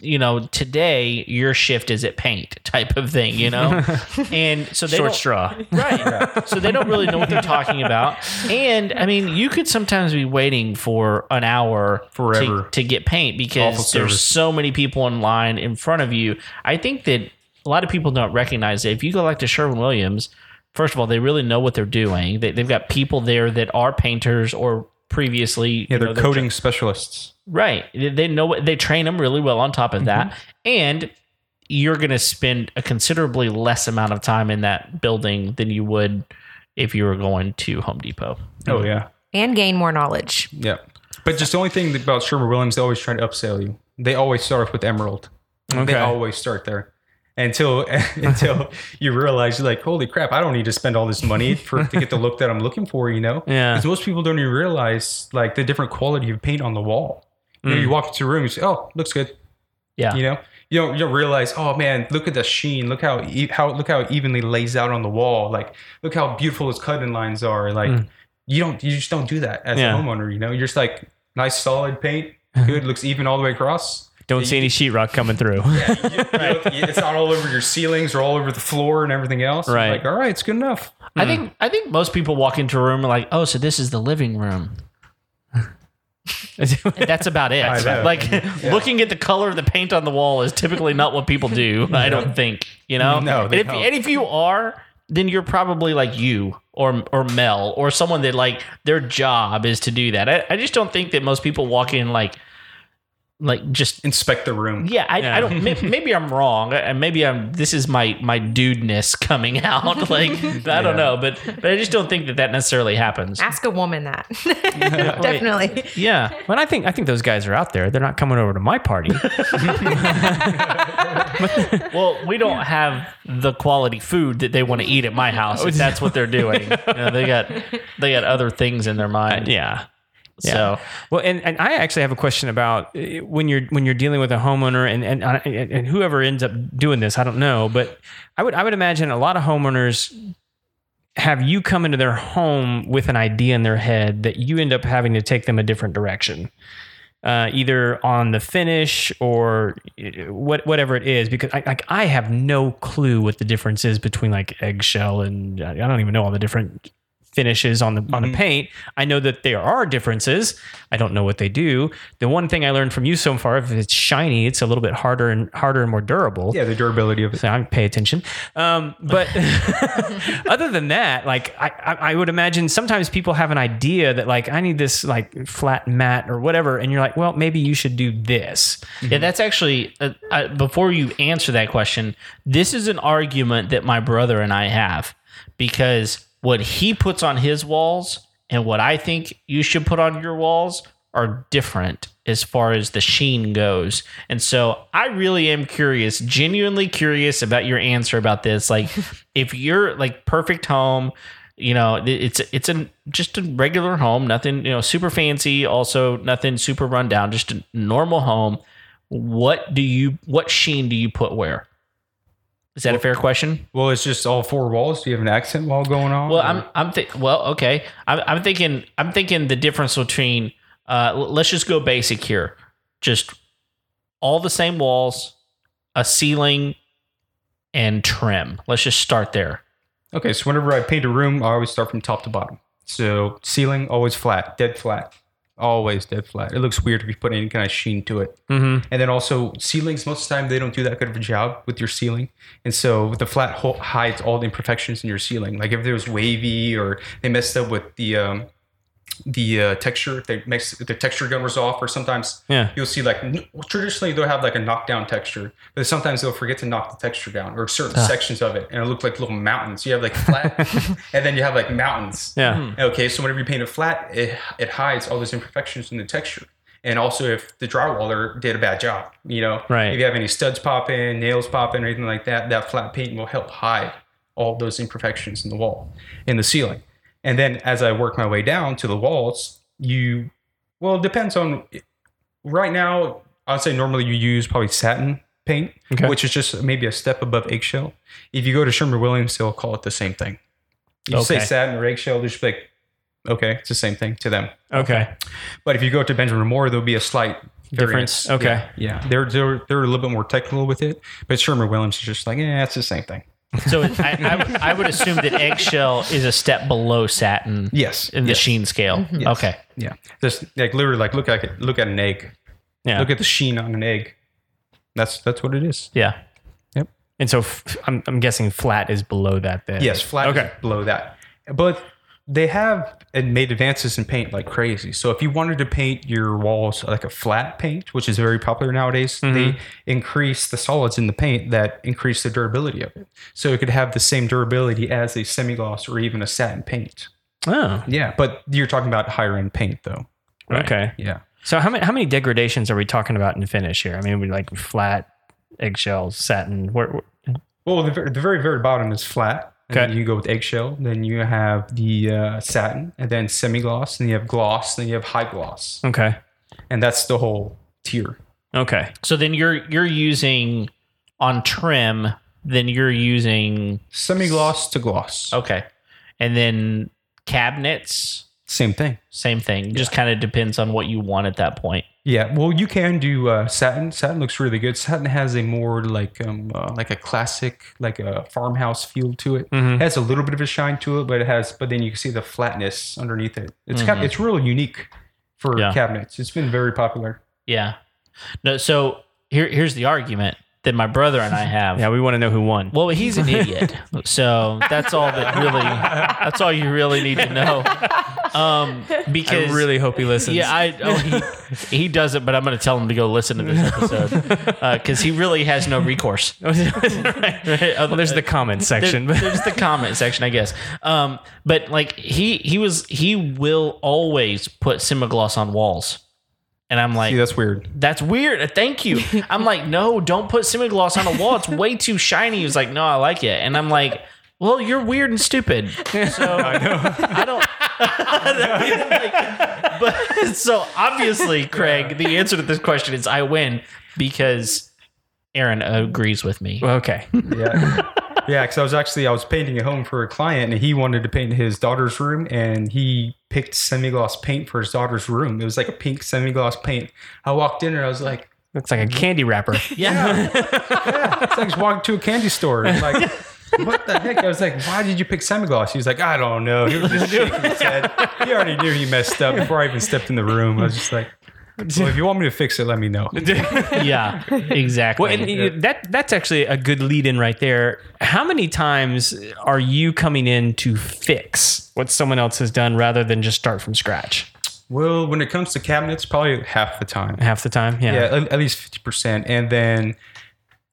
[SPEAKER 1] you know, today your shift is at paint type of thing, you know? And so they
[SPEAKER 2] Short
[SPEAKER 1] don't-
[SPEAKER 2] straw.
[SPEAKER 1] Right. so they don't really know what they're talking about. And I mean, you could sometimes be waiting for an hour to-
[SPEAKER 3] Forever.
[SPEAKER 1] to, get paint because
[SPEAKER 3] Awful
[SPEAKER 1] there's
[SPEAKER 3] service.
[SPEAKER 1] so many people in line in front of you. I think that a lot of people don't recognize that if you go like to Sherwin Williams, first of all, they really know what they're doing. They, they've got people there that are painters or previously.
[SPEAKER 3] Yeah,
[SPEAKER 1] you know,
[SPEAKER 3] they're
[SPEAKER 1] they're
[SPEAKER 3] coding specialists.
[SPEAKER 1] Right. They- They know what they train them really well on top of that. And you're going to spend a considerably less amount of time in that building than you would if you were going to Home Depot.
[SPEAKER 3] Oh yeah,
[SPEAKER 5] and gain more knowledge.
[SPEAKER 3] yeah. But just the only thing about Sherwin Williams, they always try to upsell you. They always start off with Emerald.
[SPEAKER 2] Okay.
[SPEAKER 3] They always start there. Until until you realize you're like, holy crap, I don't need to spend all this money for to get the look that I'm looking for, you know?
[SPEAKER 2] Yeah.
[SPEAKER 3] Because most people don't even realize like the different quality of paint on the wall. You, know, you walk into a room, you say, Oh, looks good.
[SPEAKER 1] Yeah.
[SPEAKER 3] You know? You don't you don't realize, oh man, look at the sheen, look how e- how look how it evenly lays out on the wall. Like look how beautiful those cutting lines are. Like you don't you just don't do that as
[SPEAKER 2] Yeah.
[SPEAKER 3] a homeowner, you know? You're just like nice solid paint, good, looks even all the way across.
[SPEAKER 2] Don't see any sheetrock coming through.
[SPEAKER 3] You know, it's not all over your ceilings or all over the floor and everything else.
[SPEAKER 2] Right.
[SPEAKER 3] Like, all right, it's good enough.
[SPEAKER 1] I think I think most people walk into a room and like, oh, so this is the living room. And that's about it.
[SPEAKER 3] I know.
[SPEAKER 1] Like looking at the color of the paint on the wall is typically not what people do. I don't think you know.
[SPEAKER 3] No,
[SPEAKER 1] and
[SPEAKER 3] they
[SPEAKER 1] if,
[SPEAKER 3] don't.
[SPEAKER 1] and if you are, then you're probably like you or or Mel or someone that like their job is to do that. I, I just don't think that most people walk in like like just
[SPEAKER 3] Inspect the room.
[SPEAKER 1] yeah, I,
[SPEAKER 2] Yeah.
[SPEAKER 1] I don't. may- Maybe I'm wrong, uh, and maybe I'm. This is my my dudeness coming out. Like I
[SPEAKER 3] Yeah.
[SPEAKER 1] don't know, but but I just don't think that that necessarily happens.
[SPEAKER 5] Ask a woman that. Definitely.
[SPEAKER 1] Yeah,
[SPEAKER 2] But I think I think those guys are out there. They're not coming over to my party.
[SPEAKER 1] well, we don't have the quality food that they want to eat at my house. If that's what they're doing. You know, they got they got other things in their mind.
[SPEAKER 2] yeah.
[SPEAKER 1] So
[SPEAKER 2] Well, and, and I actually have a question about uh, when you're when you're dealing with a homeowner and and, and and whoever ends up doing this, I don't know, but I would I would imagine a lot of homeowners have you come into their home with an idea in their head that you end up having to take them a different direction. Uh, either on the finish or uh, what, whatever it is, because I, like I have no clue what the difference is between like eggshell and I don't even know all the different finishes on the on the paint. I know that there are differences. I don't know what they do. The one thing I learned from you so far, if it's shiny, it's a little bit harder and harder and more durable.
[SPEAKER 3] Yeah, the durability of it.
[SPEAKER 2] So I pay attention. Um, but other than that, like I, I, I would imagine sometimes people have an idea that like I need this like flat mat or whatever, and you're like, well, maybe you should do this.
[SPEAKER 1] yeah, that's actually uh, uh, before you answer that question. This is an argument that my brother and I have because what he puts on his walls and what I think you should put on your walls are different as far as the sheen goes. And so I really am curious, genuinely curious about your answer about this. Like, if you're like perfect home, you know it- it's it's a just a regular home nothing you know super fancy also nothing super rundown just a normal home what do you what sheen do you put where is that a fair question
[SPEAKER 3] Well, it's just all four walls. Do you have an accent wall going on?
[SPEAKER 1] well
[SPEAKER 3] Or-
[SPEAKER 1] i'm i'm think well okay I'm, I'm thinking i'm thinking the difference between uh l- let's just go basic here just all the same walls a ceiling and trim let's just start there
[SPEAKER 3] okay. So whenever I paint a room, I always start from top to bottom. So ceiling always flat, dead flat, always dead flat. It looks weird if you put any kind of sheen to it.
[SPEAKER 2] Mm-hmm.
[SPEAKER 3] And then also ceilings, most of the time they don't do that good of a job with your ceiling. And so with the flat ho- hides all the imperfections in your ceiling. Like if there was wavy or they messed up with the um, the uh, texture, if they mix if the texture gun was off, or sometimes
[SPEAKER 2] Yeah.
[SPEAKER 3] you'll see like n- traditionally they'll have like a knockdown texture, but sometimes they'll forget to knock the texture down or certain sections of it, and it look like little mountains. You have like flat, and then you have like mountains.
[SPEAKER 2] Yeah.
[SPEAKER 3] Okay, so whenever you paint it flat, it, it hides all those imperfections in the texture. And also, if the drywaller did a bad job, you know,
[SPEAKER 2] Right.
[SPEAKER 3] if you have any studs pop in, nails pop in, or anything like that, that flat paint will help hide all those imperfections in the wall, in the ceiling. And then as I work my way down to the walls, you, well, it depends on, right now, I'd say normally you use probably satin paint,
[SPEAKER 2] Okay.
[SPEAKER 3] which is just maybe a step above eggshell. If you go to Sherman Williams, they'll call it the same thing. You say
[SPEAKER 1] Okay.
[SPEAKER 3] satin or eggshell, they're just like, okay, it's the same thing to them.
[SPEAKER 2] Okay.
[SPEAKER 3] But if you go to Benjamin Moore, there'll be a slight
[SPEAKER 2] Difference.
[SPEAKER 3] variance.
[SPEAKER 2] Okay.
[SPEAKER 3] Yeah, yeah. They're, they're they're a little bit more technical with it, but Sherman Williams is just like, yeah, it's the same thing.
[SPEAKER 1] so it- I, I, would- I would assume that eggshell is a step below satin
[SPEAKER 3] Yes,
[SPEAKER 1] in the
[SPEAKER 3] yes,
[SPEAKER 1] sheen scale. Okay.
[SPEAKER 3] yeah. Just like literally, like look at it, look at an egg.
[SPEAKER 2] Yeah.
[SPEAKER 3] Look at the sheen on an egg. That's that's what it is.
[SPEAKER 1] Yeah.
[SPEAKER 2] and so f- I'm, I'm guessing flat is below that. Then.
[SPEAKER 3] Yes, flat is
[SPEAKER 2] Okay.
[SPEAKER 3] below that. But they have and made advances in paint like crazy. So if you wanted to paint your walls like a flat paint, which is very popular nowadays, they increase the solids in the paint that increase the durability of it. So it could have the same durability as a semi-gloss or even a satin paint.
[SPEAKER 2] Oh,
[SPEAKER 3] Yeah, but you're talking about higher end paint though.
[SPEAKER 2] okay.
[SPEAKER 3] Yeah.
[SPEAKER 2] So how many how many degradations are we talking about in finish here? I mean, we like flat, eggshell, satin. Where, where-
[SPEAKER 3] Well, the, ver- the very very bottom is flat. And
[SPEAKER 2] Okay.
[SPEAKER 3] then you go with eggshell. Then you have the uh, satin, and then semi-gloss, and you have gloss, then you have high gloss,
[SPEAKER 2] okay,
[SPEAKER 3] and that's the whole tier.
[SPEAKER 2] okay,
[SPEAKER 1] So then you're you're using on trim. Then you're using
[SPEAKER 3] Semi-gloss to gloss,
[SPEAKER 1] okay, and then cabinets.
[SPEAKER 3] same thing.
[SPEAKER 1] Same thing. Just kind of depends on what you want at that point.
[SPEAKER 3] Yeah, well, you can do uh, satin. Satin looks really good. Satin has a more like um uh, like a classic like a farmhouse feel to it.
[SPEAKER 2] Mm-hmm.
[SPEAKER 3] It has a little bit of a shine to it, but it has but then you can see the flatness underneath it. It's kind it's real unique for
[SPEAKER 1] Yeah.
[SPEAKER 3] cabinets. It's been very popular.
[SPEAKER 1] Yeah. No. So here here's the argument that my brother and I have.
[SPEAKER 2] yeah. We want to know who won.
[SPEAKER 1] Well, he's an idiot. So that's all that really. That's all you really need to know. Um,
[SPEAKER 2] I
[SPEAKER 1] because
[SPEAKER 2] really hope he listens.
[SPEAKER 1] Yeah, I oh, he he doesn't, but I'm going to tell him to go listen to this episode because he really has no recourse.
[SPEAKER 2] well, there's the comment
[SPEAKER 1] There-
[SPEAKER 2] section. but
[SPEAKER 1] there's the comment section, I guess. Um, but like he he was he will always put semigloss on walls, and I'm like.
[SPEAKER 3] See, that's weird.
[SPEAKER 1] that's weird. Thank you. I'm like, no, don't put semigloss on a wall. It's way too shiny. He was like, no, I like it. And I'm like, well, you're weird and stupid. So I, don't. Like, but so obviously, Craig, the answer to this question is I win because Aaron agrees with me.
[SPEAKER 2] okay.
[SPEAKER 3] yeah yeah because i was actually i was painting a home for a client and he wanted to paint his daughter's room and he picked semi-gloss paint for his daughter's room it was like a pink semi-gloss paint i walked in and i was like
[SPEAKER 2] Looks like a candy wrapper.
[SPEAKER 1] Yeah,
[SPEAKER 3] yeah it's like just walking to a candy store I'm like what the heck i was like why did you pick semi-gloss he was like i don't know he was just shaking his head he already knew he messed up before i even stepped in the room i was just like well, if you want me to fix it let me know
[SPEAKER 1] yeah, exactly.
[SPEAKER 2] Well, and, uh, that that's actually a good lead in right there. How many times are you coming in to fix what someone else has done rather than just start from scratch?
[SPEAKER 3] well when it comes to cabinets probably half the time
[SPEAKER 2] Half the time, yeah.
[SPEAKER 3] yeah at, at least 50% and then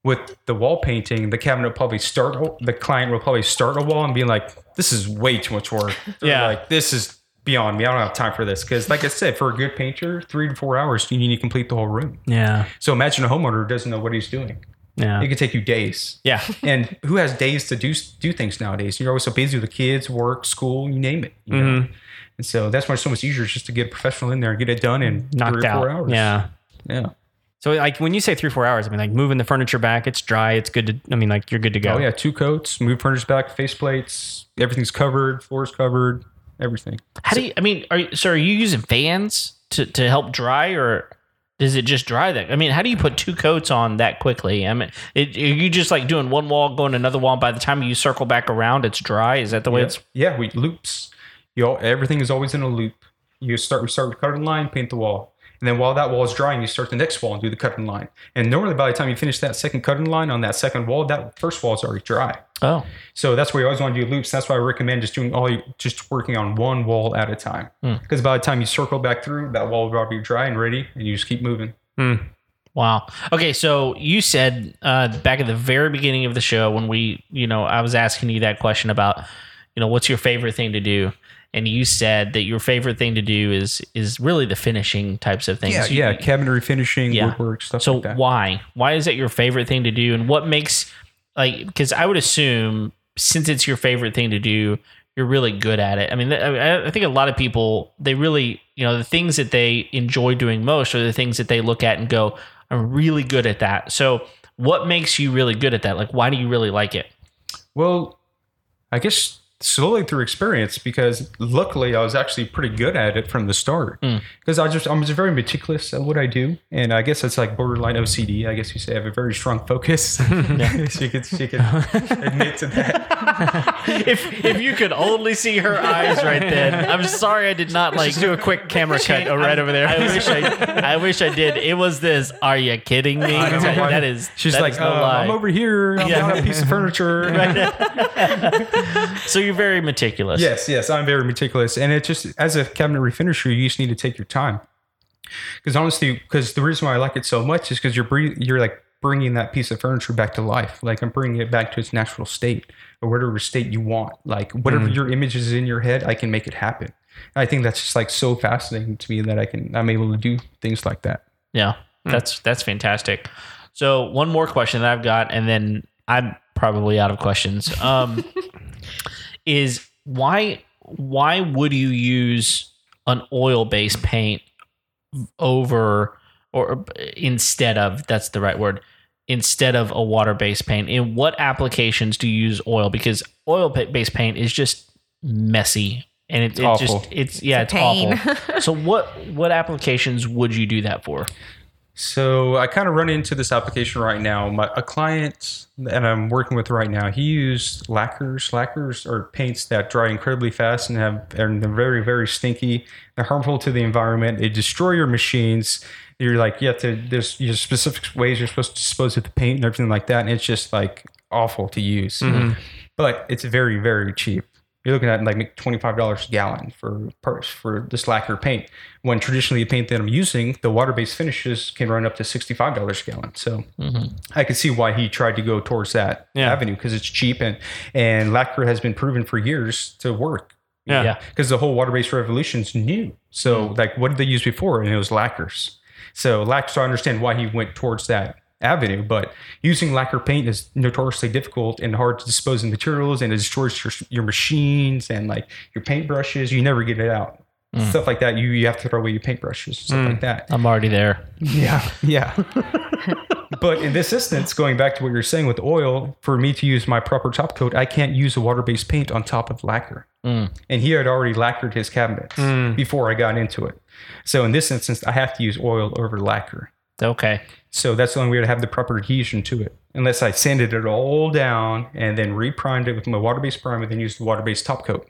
[SPEAKER 3] with the wall painting the cabinet will probably start the client will probably start a wall and be like this is way too much work They're
[SPEAKER 2] Yeah.
[SPEAKER 3] like this is beyond me i don't have time for this because like i said for a good painter three to four hours you need to complete the whole room
[SPEAKER 2] yeah,
[SPEAKER 3] so imagine a homeowner who doesn't know what he's doing it
[SPEAKER 2] yeah,
[SPEAKER 3] could take you days
[SPEAKER 2] yeah.
[SPEAKER 3] and who has days to do do things nowadays you're always so busy with the kids work school you name it you
[SPEAKER 2] Mm-hmm.
[SPEAKER 3] know? and so that's why it's so much easier just to get a professional in there and get it done in
[SPEAKER 2] Knocked
[SPEAKER 3] three or
[SPEAKER 2] out.
[SPEAKER 3] four hours
[SPEAKER 2] Yeah.
[SPEAKER 3] yeah
[SPEAKER 2] So like when you say three four hours, I mean like moving the furniture back, it's dry, it's good to. I mean like you're good to go.
[SPEAKER 3] Oh yeah, two coats, move furniture back, face plates, everything's covered, floors covered, everything.
[SPEAKER 1] How do you? I mean, are you- so? Are you using fans to to help dry, or does it just dry that? I mean, how do you put two coats on that quickly? I mean, it, are you just like doing one wall, going to another wall? By the time you circle back around, it's dry. Is that the way it's?
[SPEAKER 3] Yeah, we loops. You all, everything is always in a loop. You start we start with cutting line, paint the wall. And then while that wall is drying, you start the next wall and do the cutting line. And normally by the time you finish that second cutting line on that second wall, that first wall is already dry.
[SPEAKER 1] Oh,
[SPEAKER 3] So that's why you always want to do loops. That's why I recommend just doing all you just working on one wall at a time.
[SPEAKER 1] Hmm.
[SPEAKER 3] Because by the time you circle back through, that wall will already be dry and ready, and you just keep moving.
[SPEAKER 1] wow. Okay, so you said uh, back at the very beginning of the show when we, you know, I was asking you that question about, you know, what's your favorite thing to do. And you said that your favorite thing to do is is really the finishing types of things.
[SPEAKER 3] Yeah,
[SPEAKER 1] You-
[SPEAKER 3] yeah, cabinetry finishing,
[SPEAKER 1] Yeah.
[SPEAKER 3] woodwork, stuff
[SPEAKER 1] So
[SPEAKER 3] like that.
[SPEAKER 1] why? Why is that your favorite thing to do? And what makes like because I would assume since it's your favorite thing to do, you're really good at it. I mean, th- I I think a lot of people they really you know the things that they enjoy doing most are the things that they look at and go, I'm really good at that. So what makes you really good at that? Like why do you really like it?
[SPEAKER 3] Well, I guess slowly through experience because luckily I was actually pretty good at it from the start
[SPEAKER 1] Hmm.
[SPEAKER 3] because I just I'm just very meticulous at what I do and I guess it's like borderline OCD I guess you say I have a very strong focus she could she could admit to that
[SPEAKER 1] if if you could only see her eyes right then, I'm sorry I did not like
[SPEAKER 2] Just do a quick camera cut oh, right over there.
[SPEAKER 1] I wish I, I wish I did. It was this. Are you kidding me?
[SPEAKER 3] I don't know why-
[SPEAKER 1] That is.
[SPEAKER 3] she's
[SPEAKER 1] that
[SPEAKER 3] like "Um,
[SPEAKER 1] is no
[SPEAKER 3] "Uh,
[SPEAKER 1] lie.
[SPEAKER 3] I'm over here I'm
[SPEAKER 1] Yeah.
[SPEAKER 3] on a piece of furniture
[SPEAKER 1] so you're very meticulous.
[SPEAKER 3] Yes, yes, I'm very meticulous, and it just as a cabinet refinisher, you just need to take your time. Because honestly, because the reason why I like it so much is because you're bre- you're like bringing that piece of furniture back to life. Like I'm bringing it back to its natural state or whatever state you want. Like whatever your image is in your head, I can make it happen. And I think that's just like so fascinating to me that I can I'm able to do things like that.
[SPEAKER 1] Yeah, that's that's fantastic. So one more question that I've got, and then I'm probably out of questions. Um, is why why would you use an oil based paint over or instead of that's the right word instead of a water based paint? In what applications do you use oil? Because oil based paint is just messy. And it, it
[SPEAKER 3] awful.
[SPEAKER 1] just it's yeah it's,
[SPEAKER 5] a pain.
[SPEAKER 1] awful. so what what applications would you do that for?
[SPEAKER 3] So I kind of run into this application right now. My, a client that I'm working with right now, he used lacquers, lacquers or paints that dry incredibly fast and have and they're very very stinky. They're harmful to the environment. They destroy your machines. You're like you have to there's your specific ways you're supposed to dispose of the paint and everything like that, and it's just like awful to use.
[SPEAKER 2] Mm-hmm.
[SPEAKER 3] But it's very very cheap. You're looking at like twenty five dollars a gallon for parts for this lacquer paint when traditionally the paint that I'm using, the water-based finishes can run up to sixty-five dollars a gallon. So I can see why he tried to go towards that
[SPEAKER 2] Yeah.
[SPEAKER 3] avenue because it's cheap and and lacquer has been proven for years to work.
[SPEAKER 2] Yeah. Mm-hmm.
[SPEAKER 1] Yeah.
[SPEAKER 3] because the whole water-based revolution's new. So like, what did they use before? And it was lacquers. So lacquer. So I understand why he went towards that avenue, but using lacquer paint is notoriously difficult and hard to dispose of materials, and it destroys your, your machines and like your paintbrushes. You never get it out
[SPEAKER 2] Mm.
[SPEAKER 3] stuff like that. You you have to throw away your paintbrushes, stuff like that.
[SPEAKER 1] I'm already there.
[SPEAKER 3] Yeah, yeah. but in this instance, going back to what you're saying with oil, for me to use my proper top coat, I can't use a water-based paint on top of lacquer. And he had already lacquered his cabinets before I got into it. So in this instance, I have to use oil over lacquer.
[SPEAKER 1] Okay.
[SPEAKER 3] So that's the only way to have the proper adhesion to it. Unless I sanded it all down and then reprimed it with my water-based primer, then used the water-based top coat,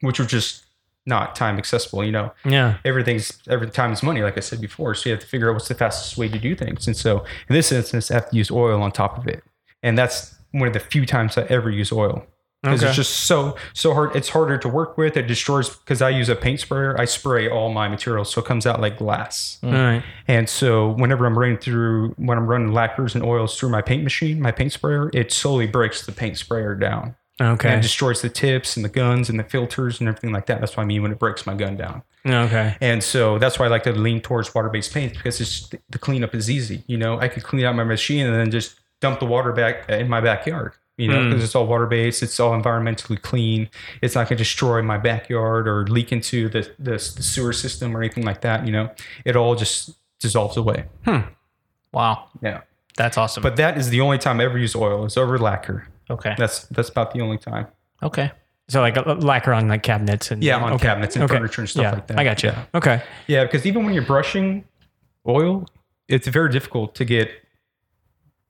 [SPEAKER 3] which was just not time accessible, you know
[SPEAKER 2] Yeah.
[SPEAKER 3] everything's every time is money, like I said before. So you have to figure out what's the fastest way to do things. And so in this instance, I have to use oil on top of it, and that's one of the few times I ever use oil because
[SPEAKER 2] Okay.
[SPEAKER 3] it's just so so hard. It's harder to work with. It destroys because I use a paint sprayer. I spray all my materials, so it comes out like glass.
[SPEAKER 2] All right.
[SPEAKER 3] And so whenever I'm running through when I'm running lacquers and oils through my paint machine, my paint sprayer, it slowly breaks the paint sprayer down and
[SPEAKER 2] Okay.
[SPEAKER 3] it destroys the tips and the guns and the filters and everything like that. That's what I mean when it breaks my gun down.
[SPEAKER 2] Okay.
[SPEAKER 3] And so that's why I like to lean towards water-based paints because it's the cleanup is easy. You know, I could clean out my machine and then just dump the water back in my backyard. You know,
[SPEAKER 2] Mm.
[SPEAKER 3] because it's all water-based, it's all environmentally clean. It's not going to destroy my backyard or leak into the, the the sewer system or anything like that. You know, it all just dissolves away.
[SPEAKER 1] Wow.
[SPEAKER 3] Yeah.
[SPEAKER 1] That's awesome.
[SPEAKER 3] But that is the only time I ever use oil. It's over lacquer.
[SPEAKER 1] okay.
[SPEAKER 3] That's that's about the only time.
[SPEAKER 1] Okay.
[SPEAKER 2] So like uh, lacquer on like cabinets and
[SPEAKER 3] Yeah, on
[SPEAKER 2] okay.
[SPEAKER 3] cabinets and furniture and stuff
[SPEAKER 2] yeah,
[SPEAKER 3] like that.
[SPEAKER 2] I got you.
[SPEAKER 3] Yeah.
[SPEAKER 2] Okay.
[SPEAKER 3] Yeah, because even when you're brushing oil, it's very difficult to get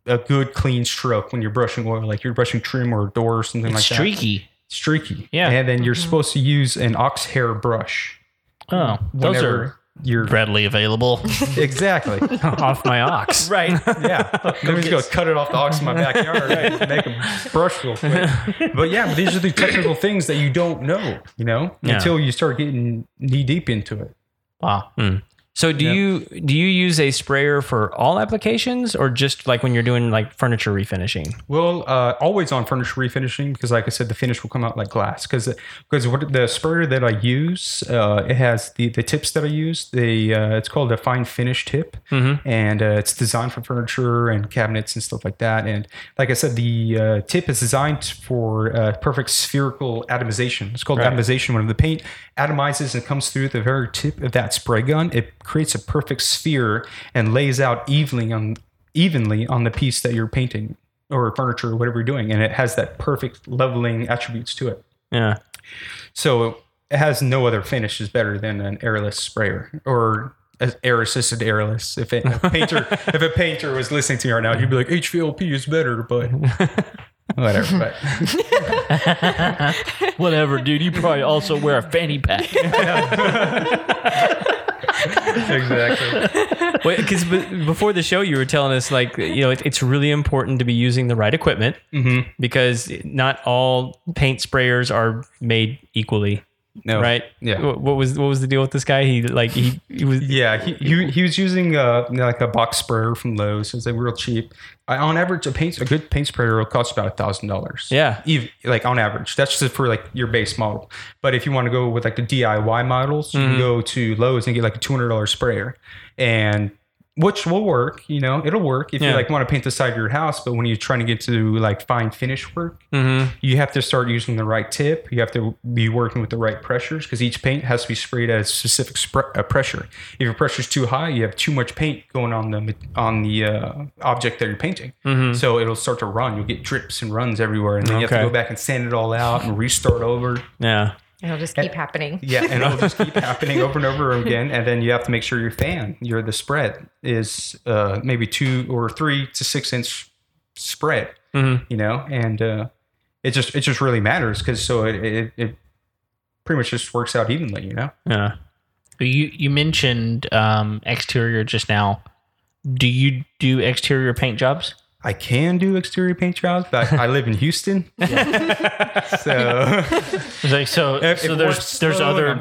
[SPEAKER 3] a good clean stroke when you're brushing oil, like you're brushing trim or a door or something
[SPEAKER 1] It's
[SPEAKER 3] like that.
[SPEAKER 1] streaky.
[SPEAKER 3] Streaky.
[SPEAKER 1] Yeah.
[SPEAKER 3] And then you're supposed to use an ox hair brush.
[SPEAKER 1] Oh, those
[SPEAKER 3] whenever
[SPEAKER 1] are
[SPEAKER 3] you're
[SPEAKER 1] readily available.
[SPEAKER 3] exactly
[SPEAKER 2] Off my ox.
[SPEAKER 1] right.
[SPEAKER 3] yeah. Let me just go cut it off the ox in my backyard and make a brush real quick. But yeah, but these are the technical things that you don't know, you know,
[SPEAKER 2] Yeah.
[SPEAKER 3] until you start getting knee deep into it.
[SPEAKER 1] Wow.
[SPEAKER 2] So do you do you use a sprayer for all applications or just like when you're doing like furniture refinishing?
[SPEAKER 3] Well, uh, always on furniture refinishing because, like I said, the finish will come out like glass. Because because what the sprayer that I use, uh, it has the the tips that I use. The uh, it's called a fine finish tip, and uh, it's designed for furniture and cabinets and stuff like that. And like I said, the uh, tip is designed for uh, perfect spherical atomization. It's called atomization when the paint atomizes and comes through the very tip of that spray gun. It creates a perfect sphere and lays out evenly on evenly on the piece that you're painting or furniture or whatever you're doing, and it has that perfect leveling attributes to it.
[SPEAKER 2] Yeah.
[SPEAKER 3] So it has no other finish is better than an airless sprayer or a air assisted airless. If it, a painter if a painter was listening to me right now, he'd be like HVLP is better, but whatever. But
[SPEAKER 1] Whatever, dude. You probably also wear a fanny pack.
[SPEAKER 3] exactly.
[SPEAKER 2] Because before the show, you were telling us like you know it, it's really important to be using the right equipment
[SPEAKER 3] Mm-hmm.
[SPEAKER 2] because not all paint sprayers are made equally,
[SPEAKER 3] No.
[SPEAKER 2] right?
[SPEAKER 3] Oh, Yeah.
[SPEAKER 2] What, what was what was the deal with this guy? He like he, he was
[SPEAKER 3] Yeah, he, he, he was using uh, you know, like a box sprayer from Lowe's. It's like real cheap. I, on average, a paint a good paint sprayer will cost about a thousand dollars.
[SPEAKER 2] yeah
[SPEAKER 3] Ev- like on average, that's just for like your base model. But if you want to go with like the DIY models, you can go to Lowe's and get like a two hundred dollar sprayer, and which will work. You know, it'll work if
[SPEAKER 2] Yeah.
[SPEAKER 3] you like want to paint the side of your house. But when you're trying to get to like fine finish work,
[SPEAKER 2] Mhm.
[SPEAKER 3] you have to start using the right tip. You have to be working with the right pressures because each paint has to be sprayed at a specific spr- uh, pressure. If your pressure's too high, you have too much paint going on the ma- on the uh, object that you're painting.
[SPEAKER 2] Mm-hmm.
[SPEAKER 3] So it'll start to run. You'll get drips and runs everywhere, and then you have
[SPEAKER 2] Okay.
[SPEAKER 3] to go back and sand it all out and restart over.
[SPEAKER 2] yeah
[SPEAKER 5] It'll just keep happening.
[SPEAKER 3] Yeah, and it'll just keep happening over and over again. And then you have to make sure your fan, your the spread is uh, maybe two or three to six inch spread.
[SPEAKER 2] Mm-hmm.
[SPEAKER 3] You know, and uh, it just it just really matters because so it, it it pretty much just works out evenly. You know,
[SPEAKER 2] yeah.
[SPEAKER 1] You you mentioned um, exterior just now. Do you do exterior paint jobs?
[SPEAKER 3] I can do exterior paint jobs, but I, I live in Houston, so
[SPEAKER 1] It's like so, so
[SPEAKER 3] if- Eh, if
[SPEAKER 1] there's
[SPEAKER 3] work's
[SPEAKER 1] there's
[SPEAKER 3] slow and
[SPEAKER 1] other
[SPEAKER 3] I'm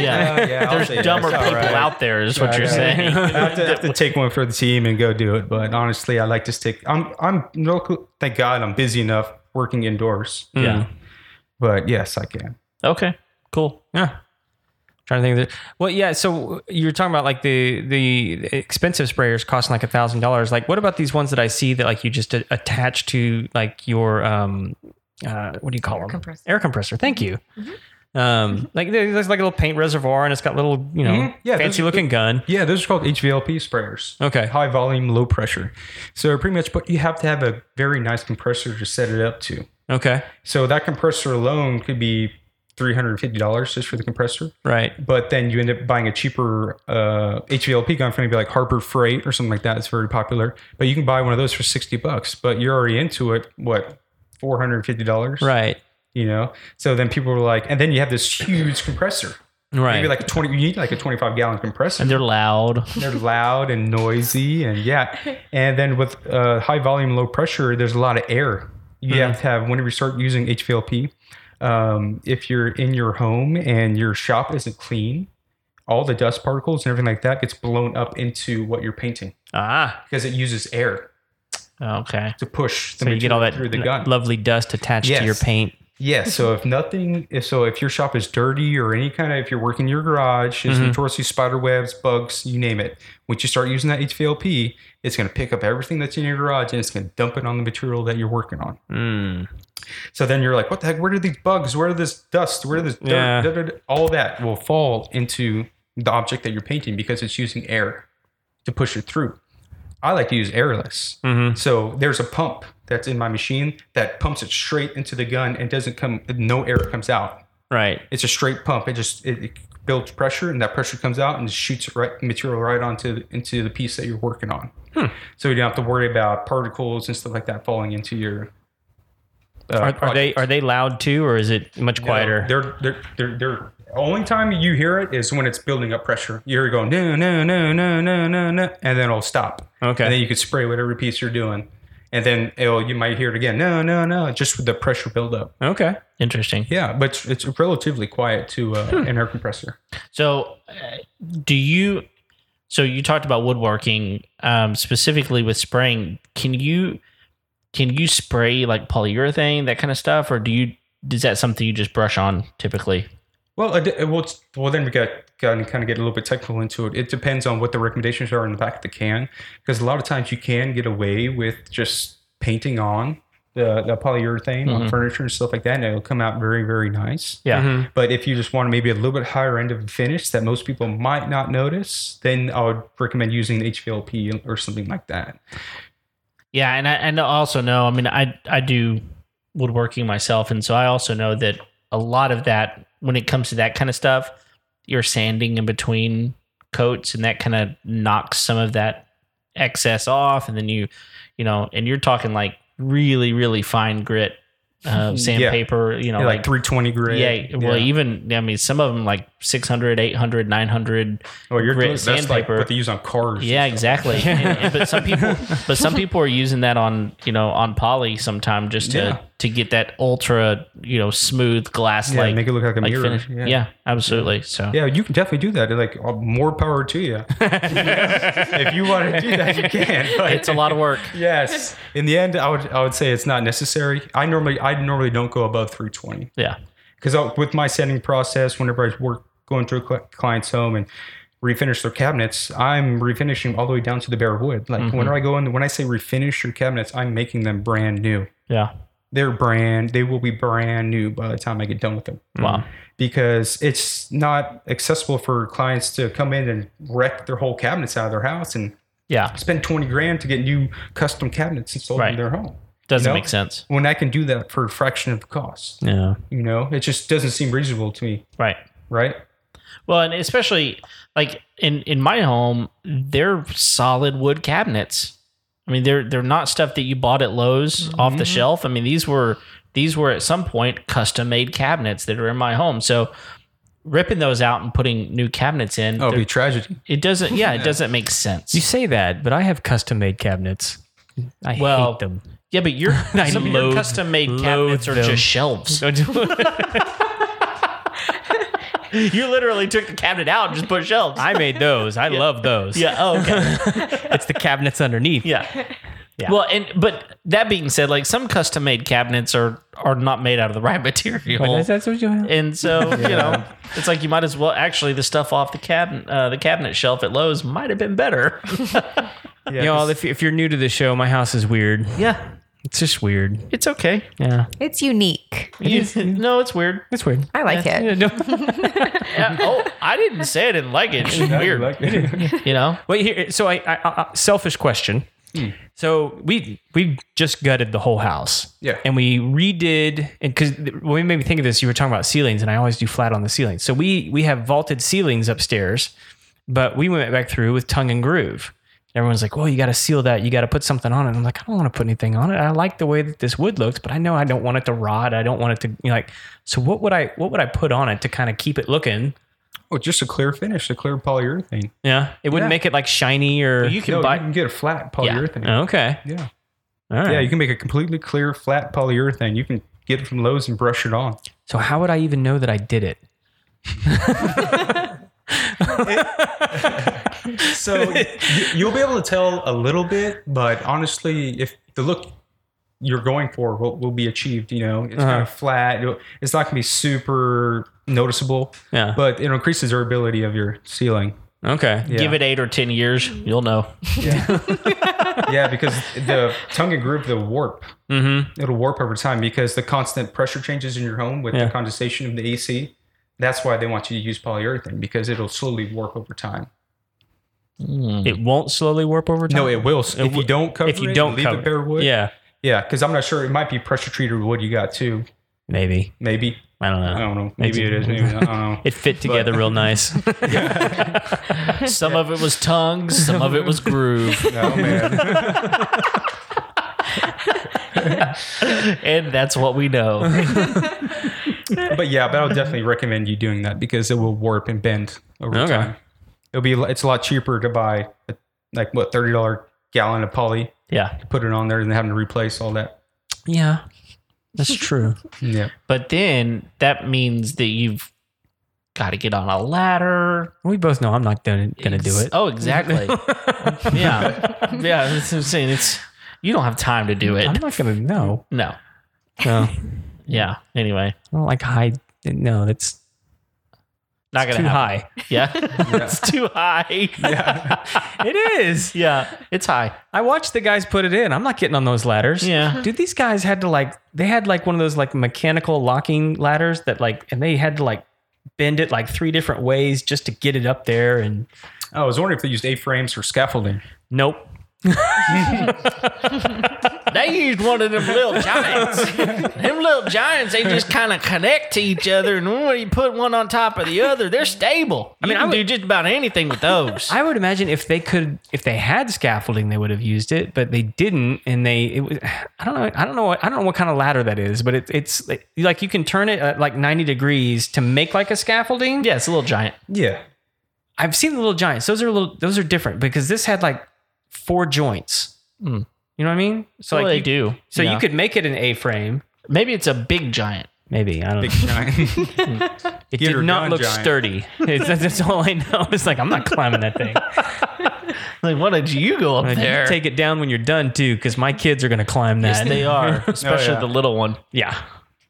[SPEAKER 1] Yeah.
[SPEAKER 3] uh, yeah I'll
[SPEAKER 1] there's
[SPEAKER 3] say yes,
[SPEAKER 1] dumber
[SPEAKER 3] all
[SPEAKER 1] people
[SPEAKER 3] right.
[SPEAKER 1] out there is what
[SPEAKER 3] Yeah,
[SPEAKER 1] you're
[SPEAKER 3] yeah.
[SPEAKER 1] saying.
[SPEAKER 3] I have to, I have to take one for the team and go do it. But honestly, I like to stick. I'm I'm no cl- thank God I'm busy enough working indoors.
[SPEAKER 1] Yeah.
[SPEAKER 3] But yes, I can.
[SPEAKER 1] Okay. Cool.
[SPEAKER 2] Yeah. Trying to think of the well, yeah. So you were talking about like the the expensive sprayers costing like a thousand dollars. Like, what about these ones that I see that like you just a- attach to like your um, uh, what do you call them?
[SPEAKER 5] compressor.
[SPEAKER 2] Air compressor. Thank you.
[SPEAKER 3] Mm-hmm.
[SPEAKER 2] Um, like there- there's like a little paint reservoir and it's got little you know
[SPEAKER 3] Mhm. Yeah,
[SPEAKER 2] fancy
[SPEAKER 3] those-
[SPEAKER 2] looking gun.
[SPEAKER 3] Yeah, those are called HVLP sprayers.
[SPEAKER 2] Okay.
[SPEAKER 3] High volume, low pressure. So pretty much, but you have to have a very nice compressor to set it up to.
[SPEAKER 2] Okay.
[SPEAKER 3] So that compressor alone could be three hundred and fifty dollars just for the compressor.
[SPEAKER 2] Right.
[SPEAKER 3] but then you end up buying a cheaper uh, HVLP gun from maybe like Harbor Freight or something like that. It's very popular, but you can buy one of those for sixty bucks. But you're already into it. What four hundred and fifty dollars?
[SPEAKER 2] Right.
[SPEAKER 3] You know. So then people were like, and then you have this huge compressor.
[SPEAKER 2] Right.
[SPEAKER 3] Maybe like a twenty. You need like a twenty-five gallon compressor.
[SPEAKER 1] And they're loud.
[SPEAKER 3] They're loud and noisy, and yeah. And then with uh, high volume, low pressure, there's a lot of air.
[SPEAKER 2] Hmm.
[SPEAKER 3] You have to have whenever you start using HVLP. Um, if you're in your home and your shop isn't clean, all the dust particles and everything like that gets blown up into what you're painting
[SPEAKER 2] ah.
[SPEAKER 3] because it uses air
[SPEAKER 1] Okay.
[SPEAKER 3] to push the
[SPEAKER 2] So you get all
[SPEAKER 3] material
[SPEAKER 2] that
[SPEAKER 3] through the gun.
[SPEAKER 2] lovely dust attached to your
[SPEAKER 3] Yes.
[SPEAKER 2] paint.
[SPEAKER 3] Yeah. So if nothing, if so, if your shop is dirty or any kind of, if you're working your garage, it's notoriously spider webs, bugs, you name it. Once you start using that HVLP, it's going to pick up everything that's in your garage and it's going to dump it on the material that you're working on. Hmm.
[SPEAKER 2] Mm.
[SPEAKER 3] So then you're like, what the heck? Where did these bugs? Where did this dust? Where did this dirt?
[SPEAKER 2] Yeah.
[SPEAKER 3] Da, da, da. All that will fall into the object that you're painting because it's using air to push it through. I like to use airless.
[SPEAKER 2] Mhm.
[SPEAKER 3] So there's a pump that's in my machine that pumps it straight into the gun and doesn't come, no air comes out.
[SPEAKER 2] Right.
[SPEAKER 3] It's a straight pump. It just it, it builds pressure, and that pressure comes out and shoots it right material right onto the, into the piece that you're working on.
[SPEAKER 2] Hmm.
[SPEAKER 3] So you don't have to worry about particles and stuff like that falling into your. Uh,
[SPEAKER 2] Are, are they
[SPEAKER 3] project.
[SPEAKER 2] are they loud too, or is it much
[SPEAKER 3] No,
[SPEAKER 2] quieter?
[SPEAKER 3] they're they're they're they're. Only time you hear it is when it's building up pressure. You're going no no no no no no no, and then it'll stop.
[SPEAKER 2] Okay.
[SPEAKER 3] And then you can spray whatever piece you're doing, and then it'll, you might hear it again. No no no, just with the pressure buildup.
[SPEAKER 2] okay.
[SPEAKER 1] Interesting.
[SPEAKER 3] Yeah, but it's- it's relatively quiet to uh, an air compressor.
[SPEAKER 1] So, uh, do you? So you talked about woodworking um, specifically with spraying. Can you can you spray like polyurethane that kind of stuff, or do you? Is that something you just brush on typically?
[SPEAKER 3] Well, it, it- well, it's- well, then we got kind of get a little bit technical into it. It depends on what the recommendations are in the back of the can, because a lot of times you can get away with just painting on the, the polyurethane on furniture and stuff like that, and it'll come out very, very nice.
[SPEAKER 1] Yeah.
[SPEAKER 2] Mm-hmm.
[SPEAKER 3] But if you just want maybe a little bit higher end of a finish that most people might not notice, then I would recommend using HVLP or something like that.
[SPEAKER 1] Yeah, and I and I also know. I mean, I I do woodworking myself, and so I also know that a lot of that when it comes to that kind of stuff, you're sanding in between coats, and that kind of knocks some of that excess off, and then you, you know, and you're talking like really really fine grit uh, sandpaper. You know,
[SPEAKER 3] Yeah, like,
[SPEAKER 1] like
[SPEAKER 3] 320 grit.
[SPEAKER 1] yeah, well, even I mean, some of them like 600, 800, 900
[SPEAKER 3] Well, Oh, you're
[SPEAKER 1] grit
[SPEAKER 3] doing, that's like
[SPEAKER 1] sandpaper.
[SPEAKER 3] what they use on cars.
[SPEAKER 1] yeah, exactly. And- and- but some people, but some people are using that on you know on poly sometime just to
[SPEAKER 3] Yeah.
[SPEAKER 1] to get that ultra you know smooth glass
[SPEAKER 3] Yeah,
[SPEAKER 1] like
[SPEAKER 3] make it look like a mirror.
[SPEAKER 1] finish. Yeah.
[SPEAKER 3] Yeah.
[SPEAKER 1] absolutely. So
[SPEAKER 3] Yeah, you can definitely do that. Like uh, more power to you. if you want to do that, you can. But
[SPEAKER 1] it's a lot of work.
[SPEAKER 3] yes, in the end, I would I would say it's not necessary. I normally I normally don't go above 320
[SPEAKER 1] Yeah,
[SPEAKER 3] because with my sanding process, whenever I work going through a cli- client's home and refinish their cabinets, I'm refinishing all the way down to the bare wood. Like
[SPEAKER 1] Mm-hmm.
[SPEAKER 3] whenever I go in, when I say refinish your cabinets, I'm making them brand new.
[SPEAKER 1] yeah.
[SPEAKER 3] They're brand. They will be brand new by the time I get done with them
[SPEAKER 1] Wow.
[SPEAKER 3] because it's not accessible for clients to come in and wreck their whole cabinets out of their house and
[SPEAKER 1] Yeah,
[SPEAKER 3] spend 20 grand to get new custom cabinets installed
[SPEAKER 1] Right.
[SPEAKER 3] in their home.
[SPEAKER 1] doesn't
[SPEAKER 3] No.
[SPEAKER 1] make sense.
[SPEAKER 3] When I can do that for a fraction of the cost,
[SPEAKER 1] Yeah.
[SPEAKER 3] you know, it just doesn't seem reasonable to me,
[SPEAKER 1] Right.
[SPEAKER 3] right?
[SPEAKER 1] Well, and especially like in in my home, they're solid wood cabinets. I mean, they're they're not stuff that you bought at Lowe's off the shelf. I mean, these were these were at some point custom made cabinets that are in my home. So ripping those out and putting new cabinets in,
[SPEAKER 3] Oh, it'd be
[SPEAKER 1] they're-
[SPEAKER 3] tragedy.
[SPEAKER 1] it doesn't. Yeah, it doesn't make sense.
[SPEAKER 2] You say that, but I have custom made cabinets. I
[SPEAKER 1] Well,
[SPEAKER 2] hate them.
[SPEAKER 1] yeah, but your some of your
[SPEAKER 2] loathe-
[SPEAKER 1] custom made
[SPEAKER 2] loathe
[SPEAKER 1] cabinets are
[SPEAKER 2] them.
[SPEAKER 1] just shelves. you literally took the cabinet out and just put shelves.
[SPEAKER 2] I made those. I love those.
[SPEAKER 1] yeah. Oh, okay.
[SPEAKER 2] It's the cabinets underneath.
[SPEAKER 1] Yeah. Well, and but that being said, like some custom made cabinets are are not made out of the right material.
[SPEAKER 2] that's what you have.
[SPEAKER 1] and so you know, it's like you might as well actually the stuff off the cabinet uh, the cabinet shelf at Lowe's might have been better.
[SPEAKER 3] Yeah,
[SPEAKER 2] you know,
[SPEAKER 3] 'cause
[SPEAKER 2] if, if you're new to the show, my house is weird.
[SPEAKER 1] yeah,
[SPEAKER 2] It's just weird.
[SPEAKER 1] it's okay.
[SPEAKER 2] Yeah.
[SPEAKER 5] It's unique.
[SPEAKER 1] You- no, it's weird.
[SPEAKER 2] It's weird.
[SPEAKER 5] I like it.
[SPEAKER 2] Yeah, no.
[SPEAKER 1] Yeah, oh, I didn't say I didn't like it. It's
[SPEAKER 3] I
[SPEAKER 1] weird,
[SPEAKER 3] like it.
[SPEAKER 1] you know.
[SPEAKER 2] Wait, here. So, I, I, I selfish question. So we we just gutted the whole house.
[SPEAKER 3] Yeah.
[SPEAKER 2] And we redid and because when you made me think of this, you were talking about ceilings, and I always do flat on the ceilings. So we we have vaulted ceilings upstairs, but we went back through with tongue and groove. Everyone's like, "Well, you got to seal that. You got to put something on it." I'm like, "I don't want to put anything on it. I like the way that this wood looks, but I know I don't want it to rot. I don't want it to you know, like. So what would I what would I put on it to kind of keep it looking?
[SPEAKER 3] oh, just a clear finish, a clear polyurethane.
[SPEAKER 2] Yeah, it wouldn't
[SPEAKER 3] Yeah.
[SPEAKER 2] make it like shiny or
[SPEAKER 1] You can
[SPEAKER 3] No,
[SPEAKER 1] buy.
[SPEAKER 3] you can get a flat polyurethane. Yeah.
[SPEAKER 2] Oh, okay.
[SPEAKER 3] yeah.
[SPEAKER 2] All right.
[SPEAKER 3] you can make a completely clear, flat polyurethane. You can get it from Lowe's and brush it on.
[SPEAKER 2] So how would I even know that I did it?
[SPEAKER 3] So y- you'll be able to tell a little bit, but honestly, if the look you're going for will, will be achieved, you know, it's
[SPEAKER 2] Uh-huh.
[SPEAKER 3] kind of flat. You'll- It's not going to be super noticeable,
[SPEAKER 2] Yeah.
[SPEAKER 3] but it increases the durability of your ceiling.
[SPEAKER 2] Okay.
[SPEAKER 3] Yeah.
[SPEAKER 1] Give it eight or ten years, you'll know.
[SPEAKER 3] yeah, because the tongue and groove, the warp,
[SPEAKER 2] Mm-hmm.
[SPEAKER 3] it'll warp over time because the constant pressure changes in your home with
[SPEAKER 2] Yeah.
[SPEAKER 3] the condensation of the AC. That's why they want you to use polyurethane because it'll slowly warp over time.
[SPEAKER 1] Mm.
[SPEAKER 2] It won't slowly warp over time.
[SPEAKER 3] No, it will. If
[SPEAKER 2] will-
[SPEAKER 3] you don't cover
[SPEAKER 2] if you
[SPEAKER 3] it,
[SPEAKER 2] don't
[SPEAKER 3] leave
[SPEAKER 2] cover
[SPEAKER 3] it bare wood.
[SPEAKER 2] Yeah.
[SPEAKER 3] Yeah, because I'm not sure. It might be pressure treated wood you got too.
[SPEAKER 2] Maybe.
[SPEAKER 3] Maybe
[SPEAKER 2] I don't know.
[SPEAKER 3] I don't know. Maybe it is. Maybe not. I don't know.
[SPEAKER 2] It fit together real nice.
[SPEAKER 1] Some of it was tongues, some of it was groove,
[SPEAKER 3] Oh man.
[SPEAKER 1] and that's what we know.
[SPEAKER 3] but yeah, but I would definitely recommend you doing that because it will warp and bend over
[SPEAKER 2] Okay.
[SPEAKER 3] time. It'll be. It's a lot cheaper to buy a, like what thirty dollar gallon of poly,
[SPEAKER 1] Yeah,
[SPEAKER 3] put it on there, than having to replace all that.
[SPEAKER 2] yeah. That's true.
[SPEAKER 3] Yeah.
[SPEAKER 1] but then that means that you've got to get on a ladder.
[SPEAKER 2] We both know I'm not gonna, gonna do
[SPEAKER 1] Ex-
[SPEAKER 2] it.
[SPEAKER 1] Oh, exactly. yeah, yeah. That's what I'm saying. It's you don't have time to do
[SPEAKER 2] I'm
[SPEAKER 1] it.
[SPEAKER 2] not gonna no.
[SPEAKER 1] No.
[SPEAKER 2] No.
[SPEAKER 1] Yeah. Anyway,
[SPEAKER 2] I don't like high no, that's
[SPEAKER 1] not gonna
[SPEAKER 2] too
[SPEAKER 1] happen.
[SPEAKER 2] high.
[SPEAKER 1] Yeah, it's too high. Yeah.
[SPEAKER 2] It is.
[SPEAKER 1] it's high.
[SPEAKER 2] I watched the guys put it in. I'm not getting on those ladders.
[SPEAKER 1] Yeah.
[SPEAKER 2] Dude, these guys had to like they had like one of those like mechanical locking ladders that like and they had to like bend it like three different ways just to get it up there and
[SPEAKER 3] Oh, I was wondering if they used A frames or scaffolding.
[SPEAKER 2] nope.
[SPEAKER 1] they used one of them little giants. them little giants, they just kind of connect to each other, and when you put one on top of the other, they're stable. I mean, I would do just about anything with those.
[SPEAKER 2] I would imagine if they could, if they had scaffolding, they would have used it, but they didn't, and they, it was, I don't know, I don't know, what, I don't know what kind of ladder that is, but it, it's like, like you can turn it at like ninety degrees to make like a scaffolding.
[SPEAKER 1] yeah, it's a little giant.
[SPEAKER 3] Yeah.
[SPEAKER 2] I've seen the little giants; those are a little, those are different because this had like four joints.
[SPEAKER 1] Hmm.
[SPEAKER 2] You know what I mean? So
[SPEAKER 1] So
[SPEAKER 2] like
[SPEAKER 1] they
[SPEAKER 2] you,
[SPEAKER 1] do.
[SPEAKER 2] so
[SPEAKER 1] Yeah.
[SPEAKER 2] you could make it an A-frame.
[SPEAKER 1] maybe it's a big giant.
[SPEAKER 2] Maybe I don't.
[SPEAKER 3] Big
[SPEAKER 2] know.
[SPEAKER 3] giant.
[SPEAKER 2] It
[SPEAKER 3] Get
[SPEAKER 2] did
[SPEAKER 3] her
[SPEAKER 2] not
[SPEAKER 3] done,
[SPEAKER 2] look
[SPEAKER 3] giant.
[SPEAKER 2] sturdy. It's, that's, that's all I know. It's like I'm not climbing that thing.
[SPEAKER 1] Like, why did you go up
[SPEAKER 2] Like, you
[SPEAKER 1] there?
[SPEAKER 2] Take it down when you're done too, because my kids are gonna climb that.
[SPEAKER 1] yes, they are, especially
[SPEAKER 3] yeah.
[SPEAKER 1] the little one.
[SPEAKER 2] Oh, yeah,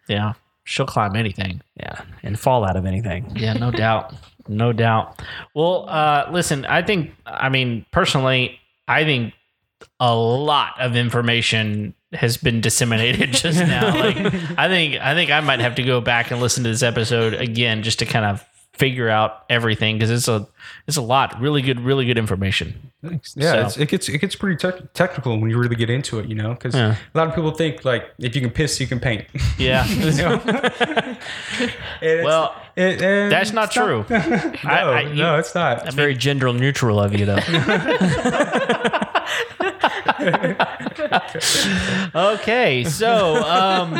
[SPEAKER 1] Yeah, she'll climb anything.
[SPEAKER 2] yeah, and fall out of anything.
[SPEAKER 1] Yeah, no doubt. No doubt. Well, uh, listen, I think, I mean, personally, I think a lot of information has been disseminated just now. Like, I think, I think I might have to go back and listen to this episode again just to kind of figure out everything because it's a, it's a lot. Really good, really good information.
[SPEAKER 3] Yeah, it's, it gets it gets pretty tech technical when you really get into it, you know, because
[SPEAKER 2] Yeah.
[SPEAKER 3] a lot of people think like if you can piss, you can paint.
[SPEAKER 1] Yeah.
[SPEAKER 3] You know? And it's-
[SPEAKER 1] well,
[SPEAKER 3] it- and
[SPEAKER 1] that's not
[SPEAKER 3] it's
[SPEAKER 1] true.
[SPEAKER 3] no,
[SPEAKER 1] I- you-
[SPEAKER 3] no, it's not.
[SPEAKER 2] It's very gender neutral of you, though.
[SPEAKER 1] okay so um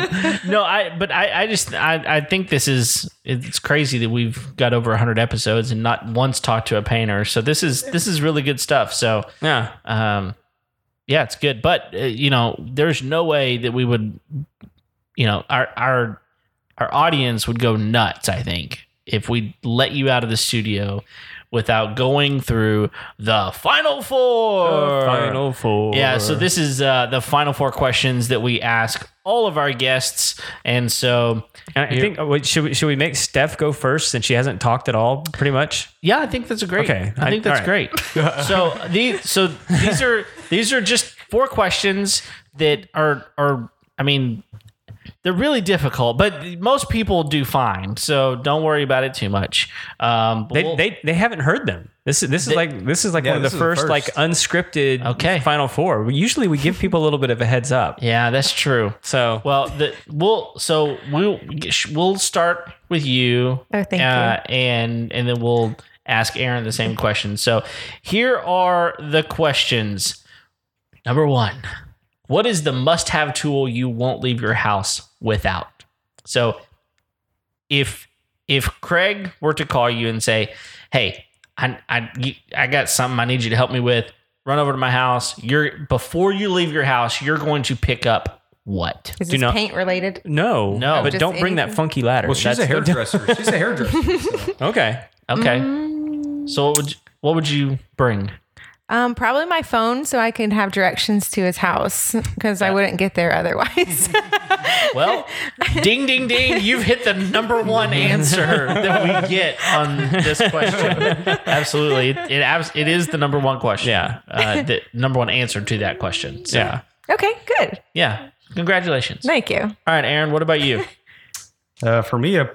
[SPEAKER 1] no i but i i just i i think this is it's crazy that we've got over 100 episodes and not once talked to a painter so this is this is really good stuff so
[SPEAKER 2] yeah,
[SPEAKER 1] um yeah it's good but uh, you know there's no way that we would you know our our our audience would go nuts i think if we let you out of the studio without going through the final four
[SPEAKER 2] four.
[SPEAKER 1] yeah, so this is uh, the final four questions that we ask all of our guests, and so
[SPEAKER 2] And I think oh, wait, should we should we make Steph go first since she hasn't talked at all, pretty much.
[SPEAKER 1] yeah, I think that's a great.
[SPEAKER 2] Okay,
[SPEAKER 1] I,
[SPEAKER 2] I-
[SPEAKER 1] think that's
[SPEAKER 2] all
[SPEAKER 1] great. so these, so these are these are just four questions that are are. I mean, they're really difficult, but most people do fine, so don't worry about it too much. Um, but
[SPEAKER 2] They,
[SPEAKER 1] we'll-
[SPEAKER 2] they they haven't heard them. This is this is
[SPEAKER 1] They-
[SPEAKER 2] like this is like
[SPEAKER 3] Yeah,
[SPEAKER 2] one of the
[SPEAKER 3] this is the
[SPEAKER 2] first,
[SPEAKER 3] first.
[SPEAKER 2] like unscripted
[SPEAKER 1] Okay.
[SPEAKER 2] final four. We, usually we give people a little bit of a heads up.
[SPEAKER 1] yeah, that's true.
[SPEAKER 2] So
[SPEAKER 1] Well, the, we'll so we'll we'll start with you.
[SPEAKER 5] Oh, thank
[SPEAKER 1] you. And and then we'll ask Aaron the same question. So here are the questions. Number one, what is the must-have tool you won't leave your house without? So if if Craig were to call you and say, "Hey, I I I got something I need you to help me with. Run over to my house. You're before you leave your house, you're going to pick up what?"
[SPEAKER 5] Is
[SPEAKER 2] Do
[SPEAKER 5] this
[SPEAKER 2] not-
[SPEAKER 5] paint related?
[SPEAKER 2] no,
[SPEAKER 1] No.
[SPEAKER 2] but
[SPEAKER 5] Just
[SPEAKER 2] don't bring that
[SPEAKER 5] anything?
[SPEAKER 2] funky ladder.
[SPEAKER 3] Well, she's
[SPEAKER 2] That's-
[SPEAKER 3] a hairdresser. she's a hairdresser. so.
[SPEAKER 2] Okay.
[SPEAKER 1] Okay. So what would you, what would you bring?
[SPEAKER 5] Um, probably my phone, so I can have directions to his house because I wouldn't get there otherwise.
[SPEAKER 1] Well, ding ding ding, you've hit the number one answer that we get on this question. Absolutely. It it, abs- it is the number one question.
[SPEAKER 2] Yeah.
[SPEAKER 1] Uh, the number one answer to that question. So,
[SPEAKER 2] Yeah.
[SPEAKER 5] okay, good.
[SPEAKER 1] Yeah. Congratulations.
[SPEAKER 5] Thank you.
[SPEAKER 1] All right, Aaron, what about you?
[SPEAKER 3] Uh, for me, uh,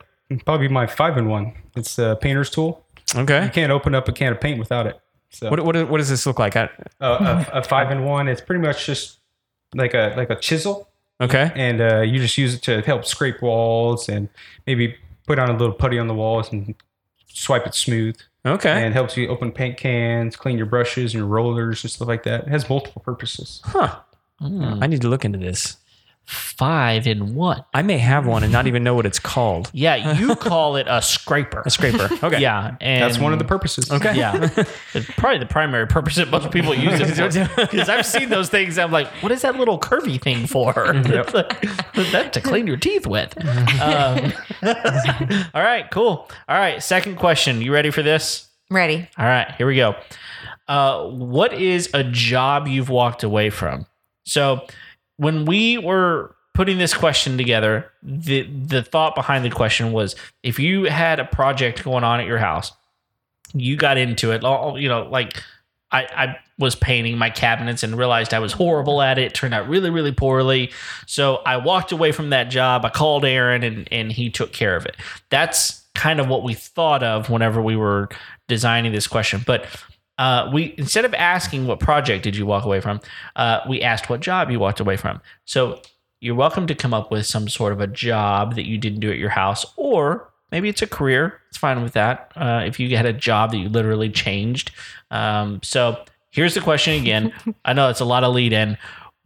[SPEAKER 3] probably my five in one. It's a painter's tool. You
[SPEAKER 2] Okay.
[SPEAKER 3] can't open up a can of paint without it. So
[SPEAKER 2] What, what, what does this look like? I,
[SPEAKER 3] uh, a, a five in one. It's pretty much just like a like a chisel.
[SPEAKER 2] okay.
[SPEAKER 3] and uh, you just use it to help scrape walls and maybe put on a little putty on the walls and swipe it smooth
[SPEAKER 2] Okay.
[SPEAKER 3] and helps you open paint cans clean your brushes and your rollers and stuff like that it has multiple purposes
[SPEAKER 2] Huh. I need to look into this.
[SPEAKER 1] Five in one.
[SPEAKER 2] I may have one and not even know what it's called.
[SPEAKER 1] Yeah, you call it a scraper.
[SPEAKER 2] A scraper. Okay.
[SPEAKER 1] Yeah, and
[SPEAKER 3] that's one of the purposes
[SPEAKER 2] Okay.
[SPEAKER 1] Yeah, it's probably the primary purpose that most people use it for. Because I've seen those things, I'm like, what is that little curvy thing for? that to clean your teeth with. Um, all right, cool. All right, second question. You ready for this?
[SPEAKER 5] Ready.
[SPEAKER 1] All right, here we go. Uh, what is a job you've walked away from? So, when we were putting this question together, the the thought behind the question was if you had a project going on at your house, you got into it, all- you know, like I, I was painting my cabinets and realized I was horrible at it. It turned out really, really poorly. So I walked away from that job. I called Aaron and, and he took care of it. That's kind of what we thought of whenever we were designing this question. But uh, we instead of asking what project did you walk away from, uh, we asked what job you walked away from. So you're welcome to come up with some sort of a job that you didn't do at your house, or maybe it's a career. It's fine with that. Uh, if you had a job that you literally changed, um, so here's the question again. I know it's a lot of lead in.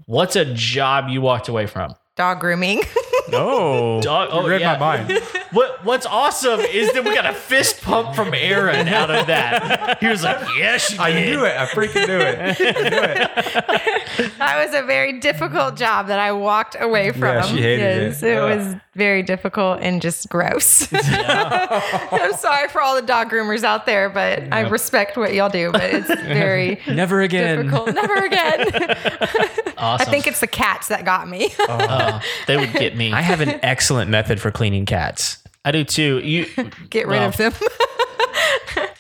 [SPEAKER 1] What's a job you walked away from?
[SPEAKER 5] Dog grooming.
[SPEAKER 2] No.
[SPEAKER 1] Dog. oh,
[SPEAKER 3] You read
[SPEAKER 1] yeah.
[SPEAKER 3] my mind.
[SPEAKER 1] What What's awesome is that we got a fist pump from Aaron out of that. He was like, "Yes, she
[SPEAKER 3] I
[SPEAKER 1] did."
[SPEAKER 3] knew it. I freaking knew it.
[SPEAKER 5] that was a very difficult job that I walked away from.
[SPEAKER 3] she hated
[SPEAKER 5] Yes,
[SPEAKER 3] it. Ugh.
[SPEAKER 5] was very difficult and just gross. I'm sorry for all the dog groomers out there, but I respect what y'all do, but it's very
[SPEAKER 2] Never again.
[SPEAKER 5] difficult. Never again. I
[SPEAKER 1] Awesome.
[SPEAKER 5] think it's the cats that got me.
[SPEAKER 1] Oh, they would get me.
[SPEAKER 2] I
[SPEAKER 1] I,
[SPEAKER 2] have an excellent method for cleaning cats.
[SPEAKER 1] do too. You.
[SPEAKER 5] Get rid of them.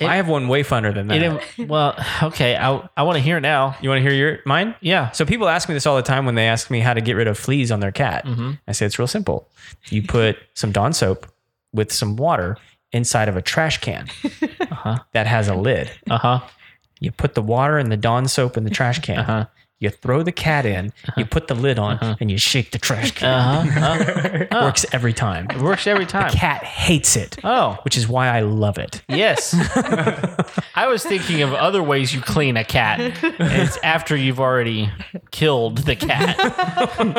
[SPEAKER 2] I have one way funner than that.
[SPEAKER 1] you didn't, well, okay. I I want to hear it now.
[SPEAKER 2] You want to hear your mine?
[SPEAKER 1] Yeah.
[SPEAKER 2] So people ask me this all the time when they ask me how to get rid of fleas on their cat. I say it's real simple. You put some Dawn soap with some water inside of a trash can that has a lid.
[SPEAKER 1] Uh huh.
[SPEAKER 2] You put the water and the Dawn soap in the trash can.
[SPEAKER 1] Uh-huh.
[SPEAKER 2] You throw the cat in. You put the lid on, and you shake the trash can.
[SPEAKER 1] Uh huh.
[SPEAKER 2] Works every time.
[SPEAKER 1] It works every time.
[SPEAKER 2] Cat hates it,
[SPEAKER 1] Oh
[SPEAKER 2] which is why I love it.
[SPEAKER 1] yes. I was thinking of other ways you clean a cat. And it's after you've already killed the cat.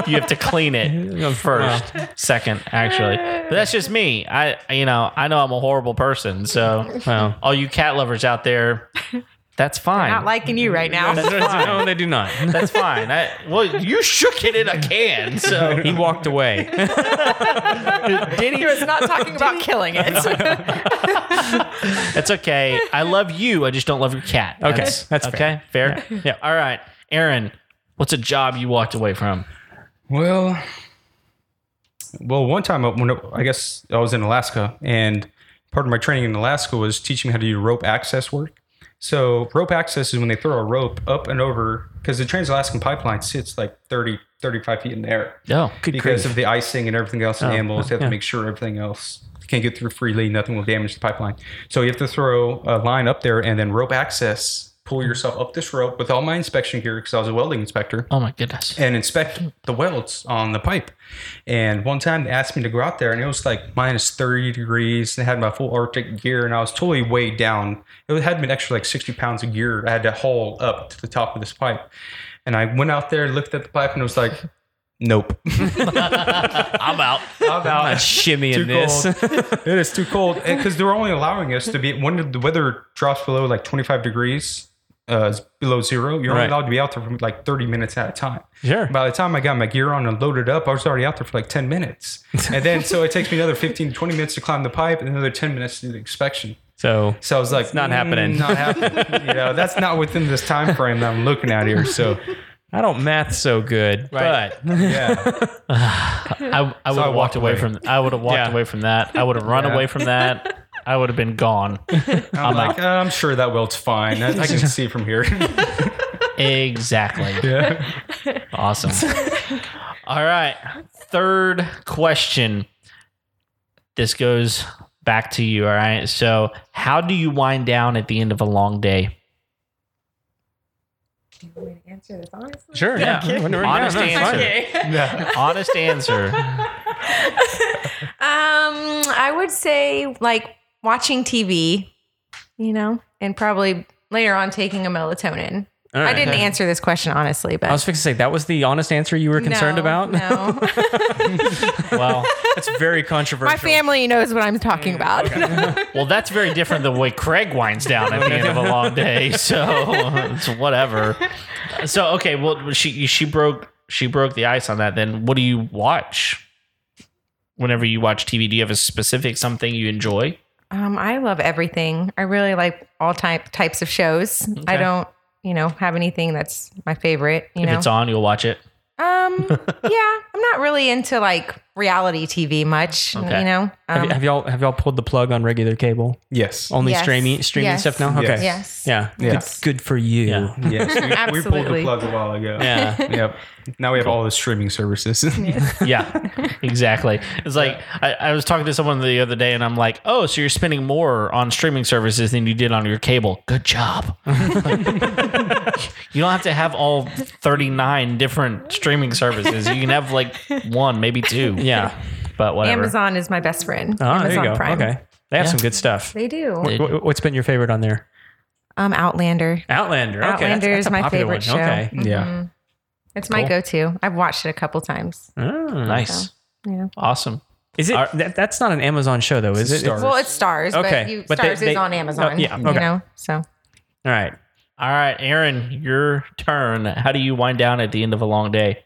[SPEAKER 1] you have to clean it first, second, actually. But that's just me. I you know I know I'm a horrible person. So
[SPEAKER 2] Well,
[SPEAKER 1] all you cat lovers out there, that's fine.
[SPEAKER 5] Not liking you right now.
[SPEAKER 2] no, they do not.
[SPEAKER 1] That's fine. I, well, you shook it in a can, so
[SPEAKER 2] He walked away.
[SPEAKER 5] He was not talking about killing it.
[SPEAKER 1] it's okay. I love you. I just don't love your cat.
[SPEAKER 2] Okay, that's
[SPEAKER 1] okay. Fair.
[SPEAKER 2] Yeah.
[SPEAKER 1] All right, Aaron. What's a job you walked away from?
[SPEAKER 3] Well, well, one time when I- I guess I was in Alaska, and part of my training in Alaska was teaching me how to do rope access work. So rope access is when they throw a rope up and over because the Trans-Alaskan pipeline sits like 30, 35 feet in the air.
[SPEAKER 1] No.
[SPEAKER 2] Good
[SPEAKER 3] because
[SPEAKER 2] grief.
[SPEAKER 3] of the icing and everything else and animals, they have
[SPEAKER 2] yeah.
[SPEAKER 3] to make sure everything else can get through freely. Nothing will damage the pipeline. So you have to throw a line up there and then rope access. Pull yourself up this rope with all my inspection gear because I was a welding inspector
[SPEAKER 1] Oh my goodness.
[SPEAKER 3] and inspect the welds on the pipe. And one time they asked me to go out there, and it was like minus 30 degrees. And I had my full Arctic gear, and I was totally weighed down. It had been extra like 60 pounds of gear I had to haul up to the top of this pipe. And I went out there, looked at the pipe, and it was like, nope.
[SPEAKER 1] I'm out.
[SPEAKER 3] I'm out.
[SPEAKER 2] shimmy in this.
[SPEAKER 3] cold. it is too cold because they're only allowing us to be when the weather drops below like 25 degrees, uh, is below zero. You're
[SPEAKER 2] Right.
[SPEAKER 3] only allowed to be out there for like 30 minutes at a time.
[SPEAKER 2] Sure.
[SPEAKER 3] By the time I got my gear on and loaded up, I was already out there for like 10 minutes, and then so it takes me another 15 to 20 minutes to climb the pipe and another 10 minutes to do the inspection.
[SPEAKER 2] So
[SPEAKER 3] So I was like, "Mm,
[SPEAKER 2] not happening.
[SPEAKER 3] Not happening. you know, that's not within this time frame that I'm looking at here. So
[SPEAKER 2] I don't math so good,
[SPEAKER 1] Right.
[SPEAKER 2] but
[SPEAKER 3] yeah,
[SPEAKER 1] I, I would
[SPEAKER 3] I
[SPEAKER 1] have walked
[SPEAKER 3] walked
[SPEAKER 1] away
[SPEAKER 3] away.
[SPEAKER 1] from. I would have walked
[SPEAKER 2] Yeah.
[SPEAKER 1] away from that. I would have run
[SPEAKER 3] Yeah.
[SPEAKER 1] away from that. I would have been gone.
[SPEAKER 3] I'm, like, "Uh, I'm sure that weld's fine. I, I can see from here.
[SPEAKER 1] Exactly.
[SPEAKER 3] yeah.
[SPEAKER 1] Awesome. All right. Third question. This goes back to you. All right. So, how do you wind down at the end of a long day?
[SPEAKER 2] sure. Yeah.
[SPEAKER 1] Honest answer.
[SPEAKER 3] yeah.
[SPEAKER 1] Honest answer.
[SPEAKER 5] Um, I would say like watching TV, you know, and probably later on taking a melatonin. I didn't answer this question honestly, but
[SPEAKER 2] I was fixing to say that was the honest answer you were concerned
[SPEAKER 5] No,
[SPEAKER 2] about.
[SPEAKER 5] No,
[SPEAKER 1] Well,
[SPEAKER 2] That's very controversial.
[SPEAKER 5] my family knows what I'm talking about.
[SPEAKER 1] well, that's very different than the way Craig winds down at the end of a long day. So it's whatever. So okay, well, she she broke she broke the ice on that. Then what do you watch? Whenever you watch TV, do you have a specific something you enjoy?
[SPEAKER 5] um, I love everything. I really like all type types of shows. I don't, you know, have anything that's my favorite. You
[SPEAKER 1] If
[SPEAKER 5] know,
[SPEAKER 1] it's on, you'll watch it.
[SPEAKER 5] Um, yeah, I'm not really into like reality TV much.
[SPEAKER 1] Okay.
[SPEAKER 5] You know.
[SPEAKER 2] Have,
[SPEAKER 5] Um,
[SPEAKER 2] y- have y'all have y'all pulled the plug on regular cable?
[SPEAKER 3] Yes.
[SPEAKER 2] Only
[SPEAKER 5] Yes.
[SPEAKER 2] streaming streaming
[SPEAKER 5] Yes.
[SPEAKER 2] stuff now. Okay.
[SPEAKER 5] yes.
[SPEAKER 2] Yeah.
[SPEAKER 5] Yes.
[SPEAKER 2] Good, good for you.
[SPEAKER 1] Yeah.
[SPEAKER 3] Yes. We, we pulled the
[SPEAKER 5] Absolutely.
[SPEAKER 3] plug a while ago.
[SPEAKER 2] Yeah.
[SPEAKER 3] Yep. Now we have all the streaming services.
[SPEAKER 1] yeah, exactly. It's like I, I was talking to someone the other day, and I'm like, "Oh, so you're spending more on streaming services than you did on your cable? Good job." you don't have to have all 39 different streaming services. You can have like one, maybe two.
[SPEAKER 2] Yeah.
[SPEAKER 1] but whatever.
[SPEAKER 5] Amazon is my best friend.
[SPEAKER 2] Oh,
[SPEAKER 5] Amazon
[SPEAKER 2] there you go.
[SPEAKER 5] Prime.
[SPEAKER 2] Okay. They have
[SPEAKER 1] Yeah.
[SPEAKER 2] some good stuff.
[SPEAKER 5] They do.
[SPEAKER 1] They-
[SPEAKER 2] Wh- wh- What's been your favorite on there?
[SPEAKER 5] Um, Outlander.
[SPEAKER 2] Outlander. Okay. That's-
[SPEAKER 5] Outlander
[SPEAKER 2] that's
[SPEAKER 5] is
[SPEAKER 2] a
[SPEAKER 5] my
[SPEAKER 2] popular
[SPEAKER 5] favorite
[SPEAKER 2] one.
[SPEAKER 5] show.
[SPEAKER 2] Okay.
[SPEAKER 3] Yeah.
[SPEAKER 5] Mhm. It's my
[SPEAKER 2] Cool.
[SPEAKER 5] go-to. I've watched it a couple times.
[SPEAKER 2] Oh.
[SPEAKER 1] Mm. Nice,
[SPEAKER 5] Yeah.
[SPEAKER 1] awesome.
[SPEAKER 2] Is it
[SPEAKER 1] Are-
[SPEAKER 2] that, that's not an Amazon show though, is it?
[SPEAKER 3] Stars.
[SPEAKER 5] Well, it's Stars,
[SPEAKER 2] Okay,
[SPEAKER 5] but, you,
[SPEAKER 2] but they-
[SPEAKER 5] Stars
[SPEAKER 2] they-
[SPEAKER 5] is on Amazon.
[SPEAKER 2] Oh, yeah, okay.
[SPEAKER 5] You know, so
[SPEAKER 2] All right.
[SPEAKER 1] All right, Aaron, your turn. How do you wind down at the end of a long day?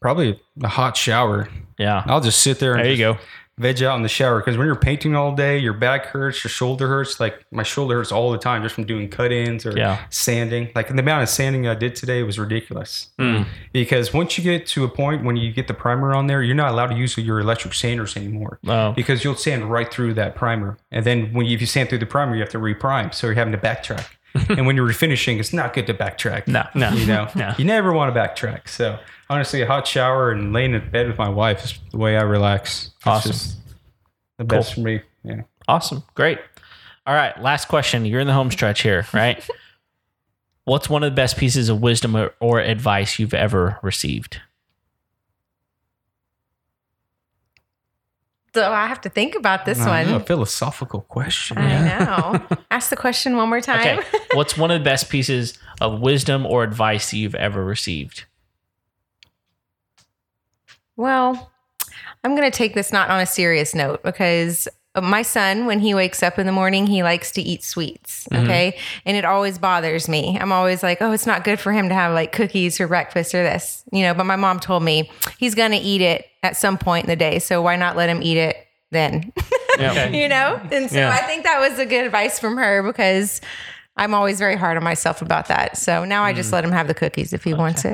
[SPEAKER 3] Probably a hot shower.
[SPEAKER 1] Yeah,
[SPEAKER 3] I'll just sit there and
[SPEAKER 1] there you go.
[SPEAKER 3] veg out in the shower because when you're painting all day, your back hurts, your shoulder hurts. Like my shoulder hurts all the time just from doing cut ins or
[SPEAKER 1] Yeah.
[SPEAKER 3] sanding. Like the amount of sanding I did today was ridiculous.
[SPEAKER 1] Hmm.
[SPEAKER 3] Because once you get to a point when you get the primer on there, you're not allowed to use your electric sanders anymore.
[SPEAKER 1] Oh,
[SPEAKER 3] Because you'll sand right through that primer, and then when you, if you sand through the primer, you have to reprime, so you're having to backtrack. and when you're refinishing, it's not good to backtrack.
[SPEAKER 1] no, no.
[SPEAKER 3] you know,
[SPEAKER 1] No.
[SPEAKER 3] you never want to backtrack. So honestly, a hot shower and laying in bed with my wife is the way I relax. It's
[SPEAKER 1] Awesome.
[SPEAKER 3] just the
[SPEAKER 1] Cool.
[SPEAKER 3] best for me. Yeah.
[SPEAKER 1] Awesome. Great. All right. Last question. You're in the home stretch here, right? What's one of the best pieces of wisdom or, or advice you've ever received?
[SPEAKER 5] so I have to think about this one.
[SPEAKER 3] A philosophical question.
[SPEAKER 5] I know. Ask the question one more time.
[SPEAKER 1] Okay. What's one of the best pieces of wisdom or advice that you've ever received?
[SPEAKER 5] Well, I'm going to take this not on a serious note because uh, my son, when he wakes up in the morning, he likes to eat sweets. Okay. And it always bothers me. I'm always like, oh, it's not good for him to have like cookies for breakfast or this, you know. But my mom told me he's going to eat it at some point in the day. So why not let him eat it then? you know? And so
[SPEAKER 2] Yeah.
[SPEAKER 5] I think that was a good advice from her because I'm always very hard on myself about that. So now I just let him have the cookies if he wants it.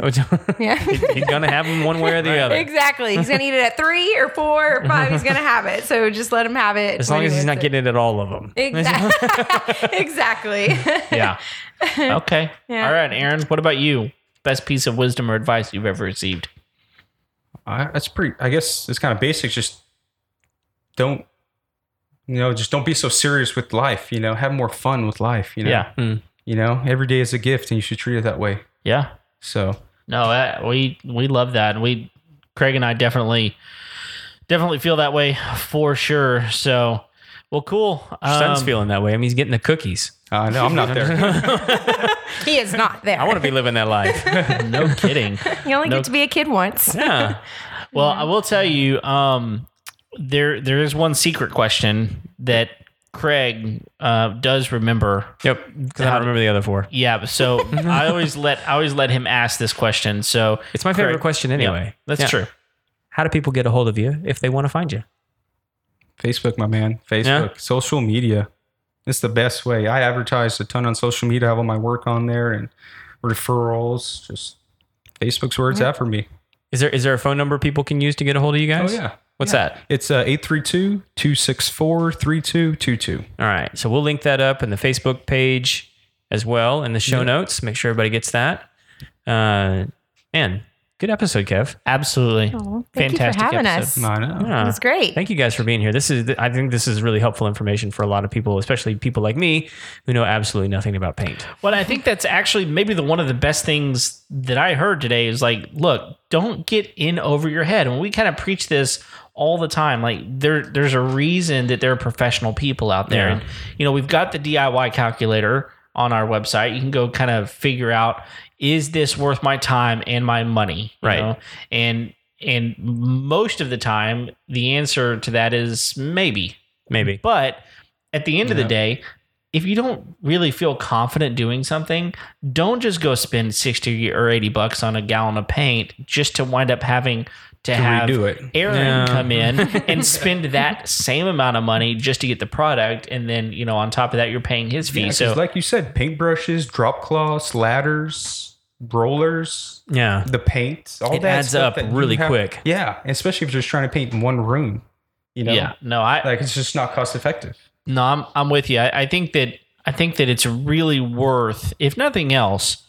[SPEAKER 5] Yeah.
[SPEAKER 2] You're gonna have them one way or the other.
[SPEAKER 5] Exactly. He's gonna eat it at three or four or five. He's gonna have it. So just let him have it.
[SPEAKER 2] As long as he's not getting it at all of them.
[SPEAKER 5] Exactly. exactly.
[SPEAKER 1] Yeah. Okay.
[SPEAKER 5] Yeah.
[SPEAKER 1] All right, Aaron. What about you? Best piece of wisdom or advice you've ever received?
[SPEAKER 3] I, that's pretty. I guess it's kind of basic. Just don't, you know, just don't be so serious with life. You know, have more fun with life. You know,
[SPEAKER 1] Yeah.
[SPEAKER 3] you know, every day is a gift, and you should treat it that way.
[SPEAKER 1] Yeah.
[SPEAKER 3] So
[SPEAKER 1] No, uh, we we love that, and we Craig and I definitely definitely feel that way for sure. So, well, cool.
[SPEAKER 2] Your son's
[SPEAKER 1] Um,
[SPEAKER 2] feeling that way. I mean, he's getting the cookies.
[SPEAKER 3] uh, no, I'm not there.
[SPEAKER 5] he is not there.
[SPEAKER 2] I want to be living that life.
[SPEAKER 1] no kidding.
[SPEAKER 5] you only
[SPEAKER 1] no-
[SPEAKER 5] get to be a kid once.
[SPEAKER 2] yeah.
[SPEAKER 1] Well, I will tell you, um, there there is one secret question that Craig uh, does remember.
[SPEAKER 2] Yep. Because I don't remember the other four.
[SPEAKER 1] Yeah, so I always let I always let him ask this question. So
[SPEAKER 2] It's my favorite
[SPEAKER 1] Correct.
[SPEAKER 2] question anyway.
[SPEAKER 1] Yeah, that's
[SPEAKER 2] Yeah.
[SPEAKER 1] true.
[SPEAKER 2] How do people get a hold of you if they want to find you?
[SPEAKER 3] Facebook, my man. Facebook, social media. It's the best way. I advertise a ton on social media. I have all my work on there and referrals. Just Facebook's where
[SPEAKER 5] Mm-hmm.
[SPEAKER 3] it's at for me. Oh,
[SPEAKER 2] Is there is there a phone number people can use to get a hold of you guys? What's that?
[SPEAKER 3] It's uh, 832 264 3222.
[SPEAKER 2] All right. So we'll link that up in the Facebook page as well in the show notes. Make sure everybody gets that. Uh, man, good episode, Kev.
[SPEAKER 1] Absolutely.
[SPEAKER 5] Aw, thank
[SPEAKER 1] Fantastic
[SPEAKER 5] you for having
[SPEAKER 1] episode.
[SPEAKER 5] us.
[SPEAKER 3] I know.
[SPEAKER 2] Yeah.
[SPEAKER 5] It was great.
[SPEAKER 2] Uh, Thank you guys for being here. This is I think this is really helpful information for a lot of people, especially people like me who know absolutely nothing about paint.
[SPEAKER 1] Well, I think that's actually maybe the one of the best things that I heard today is like, look, don't get in over your head. And we kind of preach this all the time. Like there there's a reason that there are professional people out there.
[SPEAKER 2] Yeah.
[SPEAKER 1] And you know, we've got the DIY calculator on our website. You can go kind of figure out is this worth my time and my money? you
[SPEAKER 2] Right.
[SPEAKER 1] know? And and most of the time the answer to that is maybe.
[SPEAKER 2] Maybe.
[SPEAKER 1] But at the end of the
[SPEAKER 3] Yeah.
[SPEAKER 1] day, if you don't really feel confident doing something, don't just go spend 60 or 80 bucks on a gallon of paint just to wind up having to, have
[SPEAKER 3] redo it.
[SPEAKER 1] Aaron
[SPEAKER 2] Yeah.
[SPEAKER 1] come in and spend that same amount of money just to get the product. And then, you know, on top of that, you're paying his fee.
[SPEAKER 3] Yeah, 'cause
[SPEAKER 1] so,
[SPEAKER 3] like you said, paintbrushes, drop cloths, ladders, rollers,
[SPEAKER 2] Yeah.
[SPEAKER 3] the paint, all
[SPEAKER 2] It
[SPEAKER 3] that
[SPEAKER 2] adds
[SPEAKER 3] stuff
[SPEAKER 2] up
[SPEAKER 3] that you
[SPEAKER 2] really
[SPEAKER 3] have-
[SPEAKER 2] quick.
[SPEAKER 3] Yeah, especially if you're just trying to paint in one room. You know,
[SPEAKER 1] Yeah. No, I
[SPEAKER 3] like it's just not cost effective.
[SPEAKER 1] no, I'm I'm with you. I, I think that I think that it's really worth, if nothing else,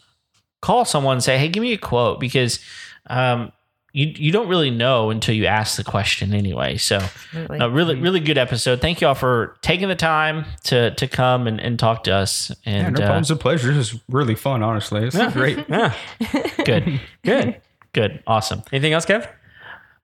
[SPEAKER 1] call someone and say, "Hey, give me a quote," because um, you you don't really know until you ask the question anyway. So,
[SPEAKER 5] Absolutely.
[SPEAKER 1] no, really really good episode. Thank you all for taking the time to to come and, and talk to us.
[SPEAKER 3] Yeah,
[SPEAKER 1] And
[SPEAKER 3] no
[SPEAKER 1] uh,
[SPEAKER 3] problems. A pleasure. This is really fun. Honestly, it's great.
[SPEAKER 2] Yeah.
[SPEAKER 1] good,
[SPEAKER 2] Good.
[SPEAKER 1] good, awesome.
[SPEAKER 2] Anything else, Kev?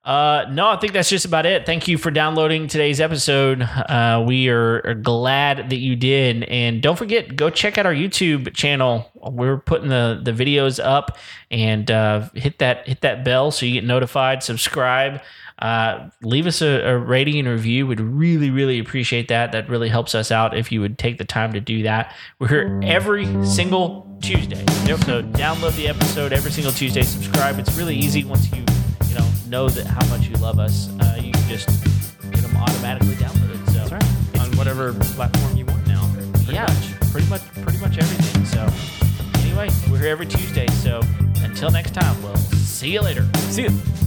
[SPEAKER 1] Uh, no, I think that's just about it. Thank you for downloading today's episode. Uh, we are, are glad that you did, and don't forget go check out our YouTube channel. We're putting the the videos up, and uh, hit that hit that bell so you get notified. Subscribe. Uh, leave us a, a rating and review. We'd really, really appreciate that. That really helps us out if you would take the time to do that. We're here every single Tuesday. So download the episode every single Tuesday. Subscribe. It's really easy once you you know know that how much you love us, uh, you can just get them automatically downloaded. So
[SPEAKER 2] That's right. On whatever platform you want now. Pretty
[SPEAKER 1] yeah,
[SPEAKER 2] much.
[SPEAKER 1] pretty much pretty much everything. So anyway, we're here every Tuesday. So until next time, we'll see you later.
[SPEAKER 2] See you.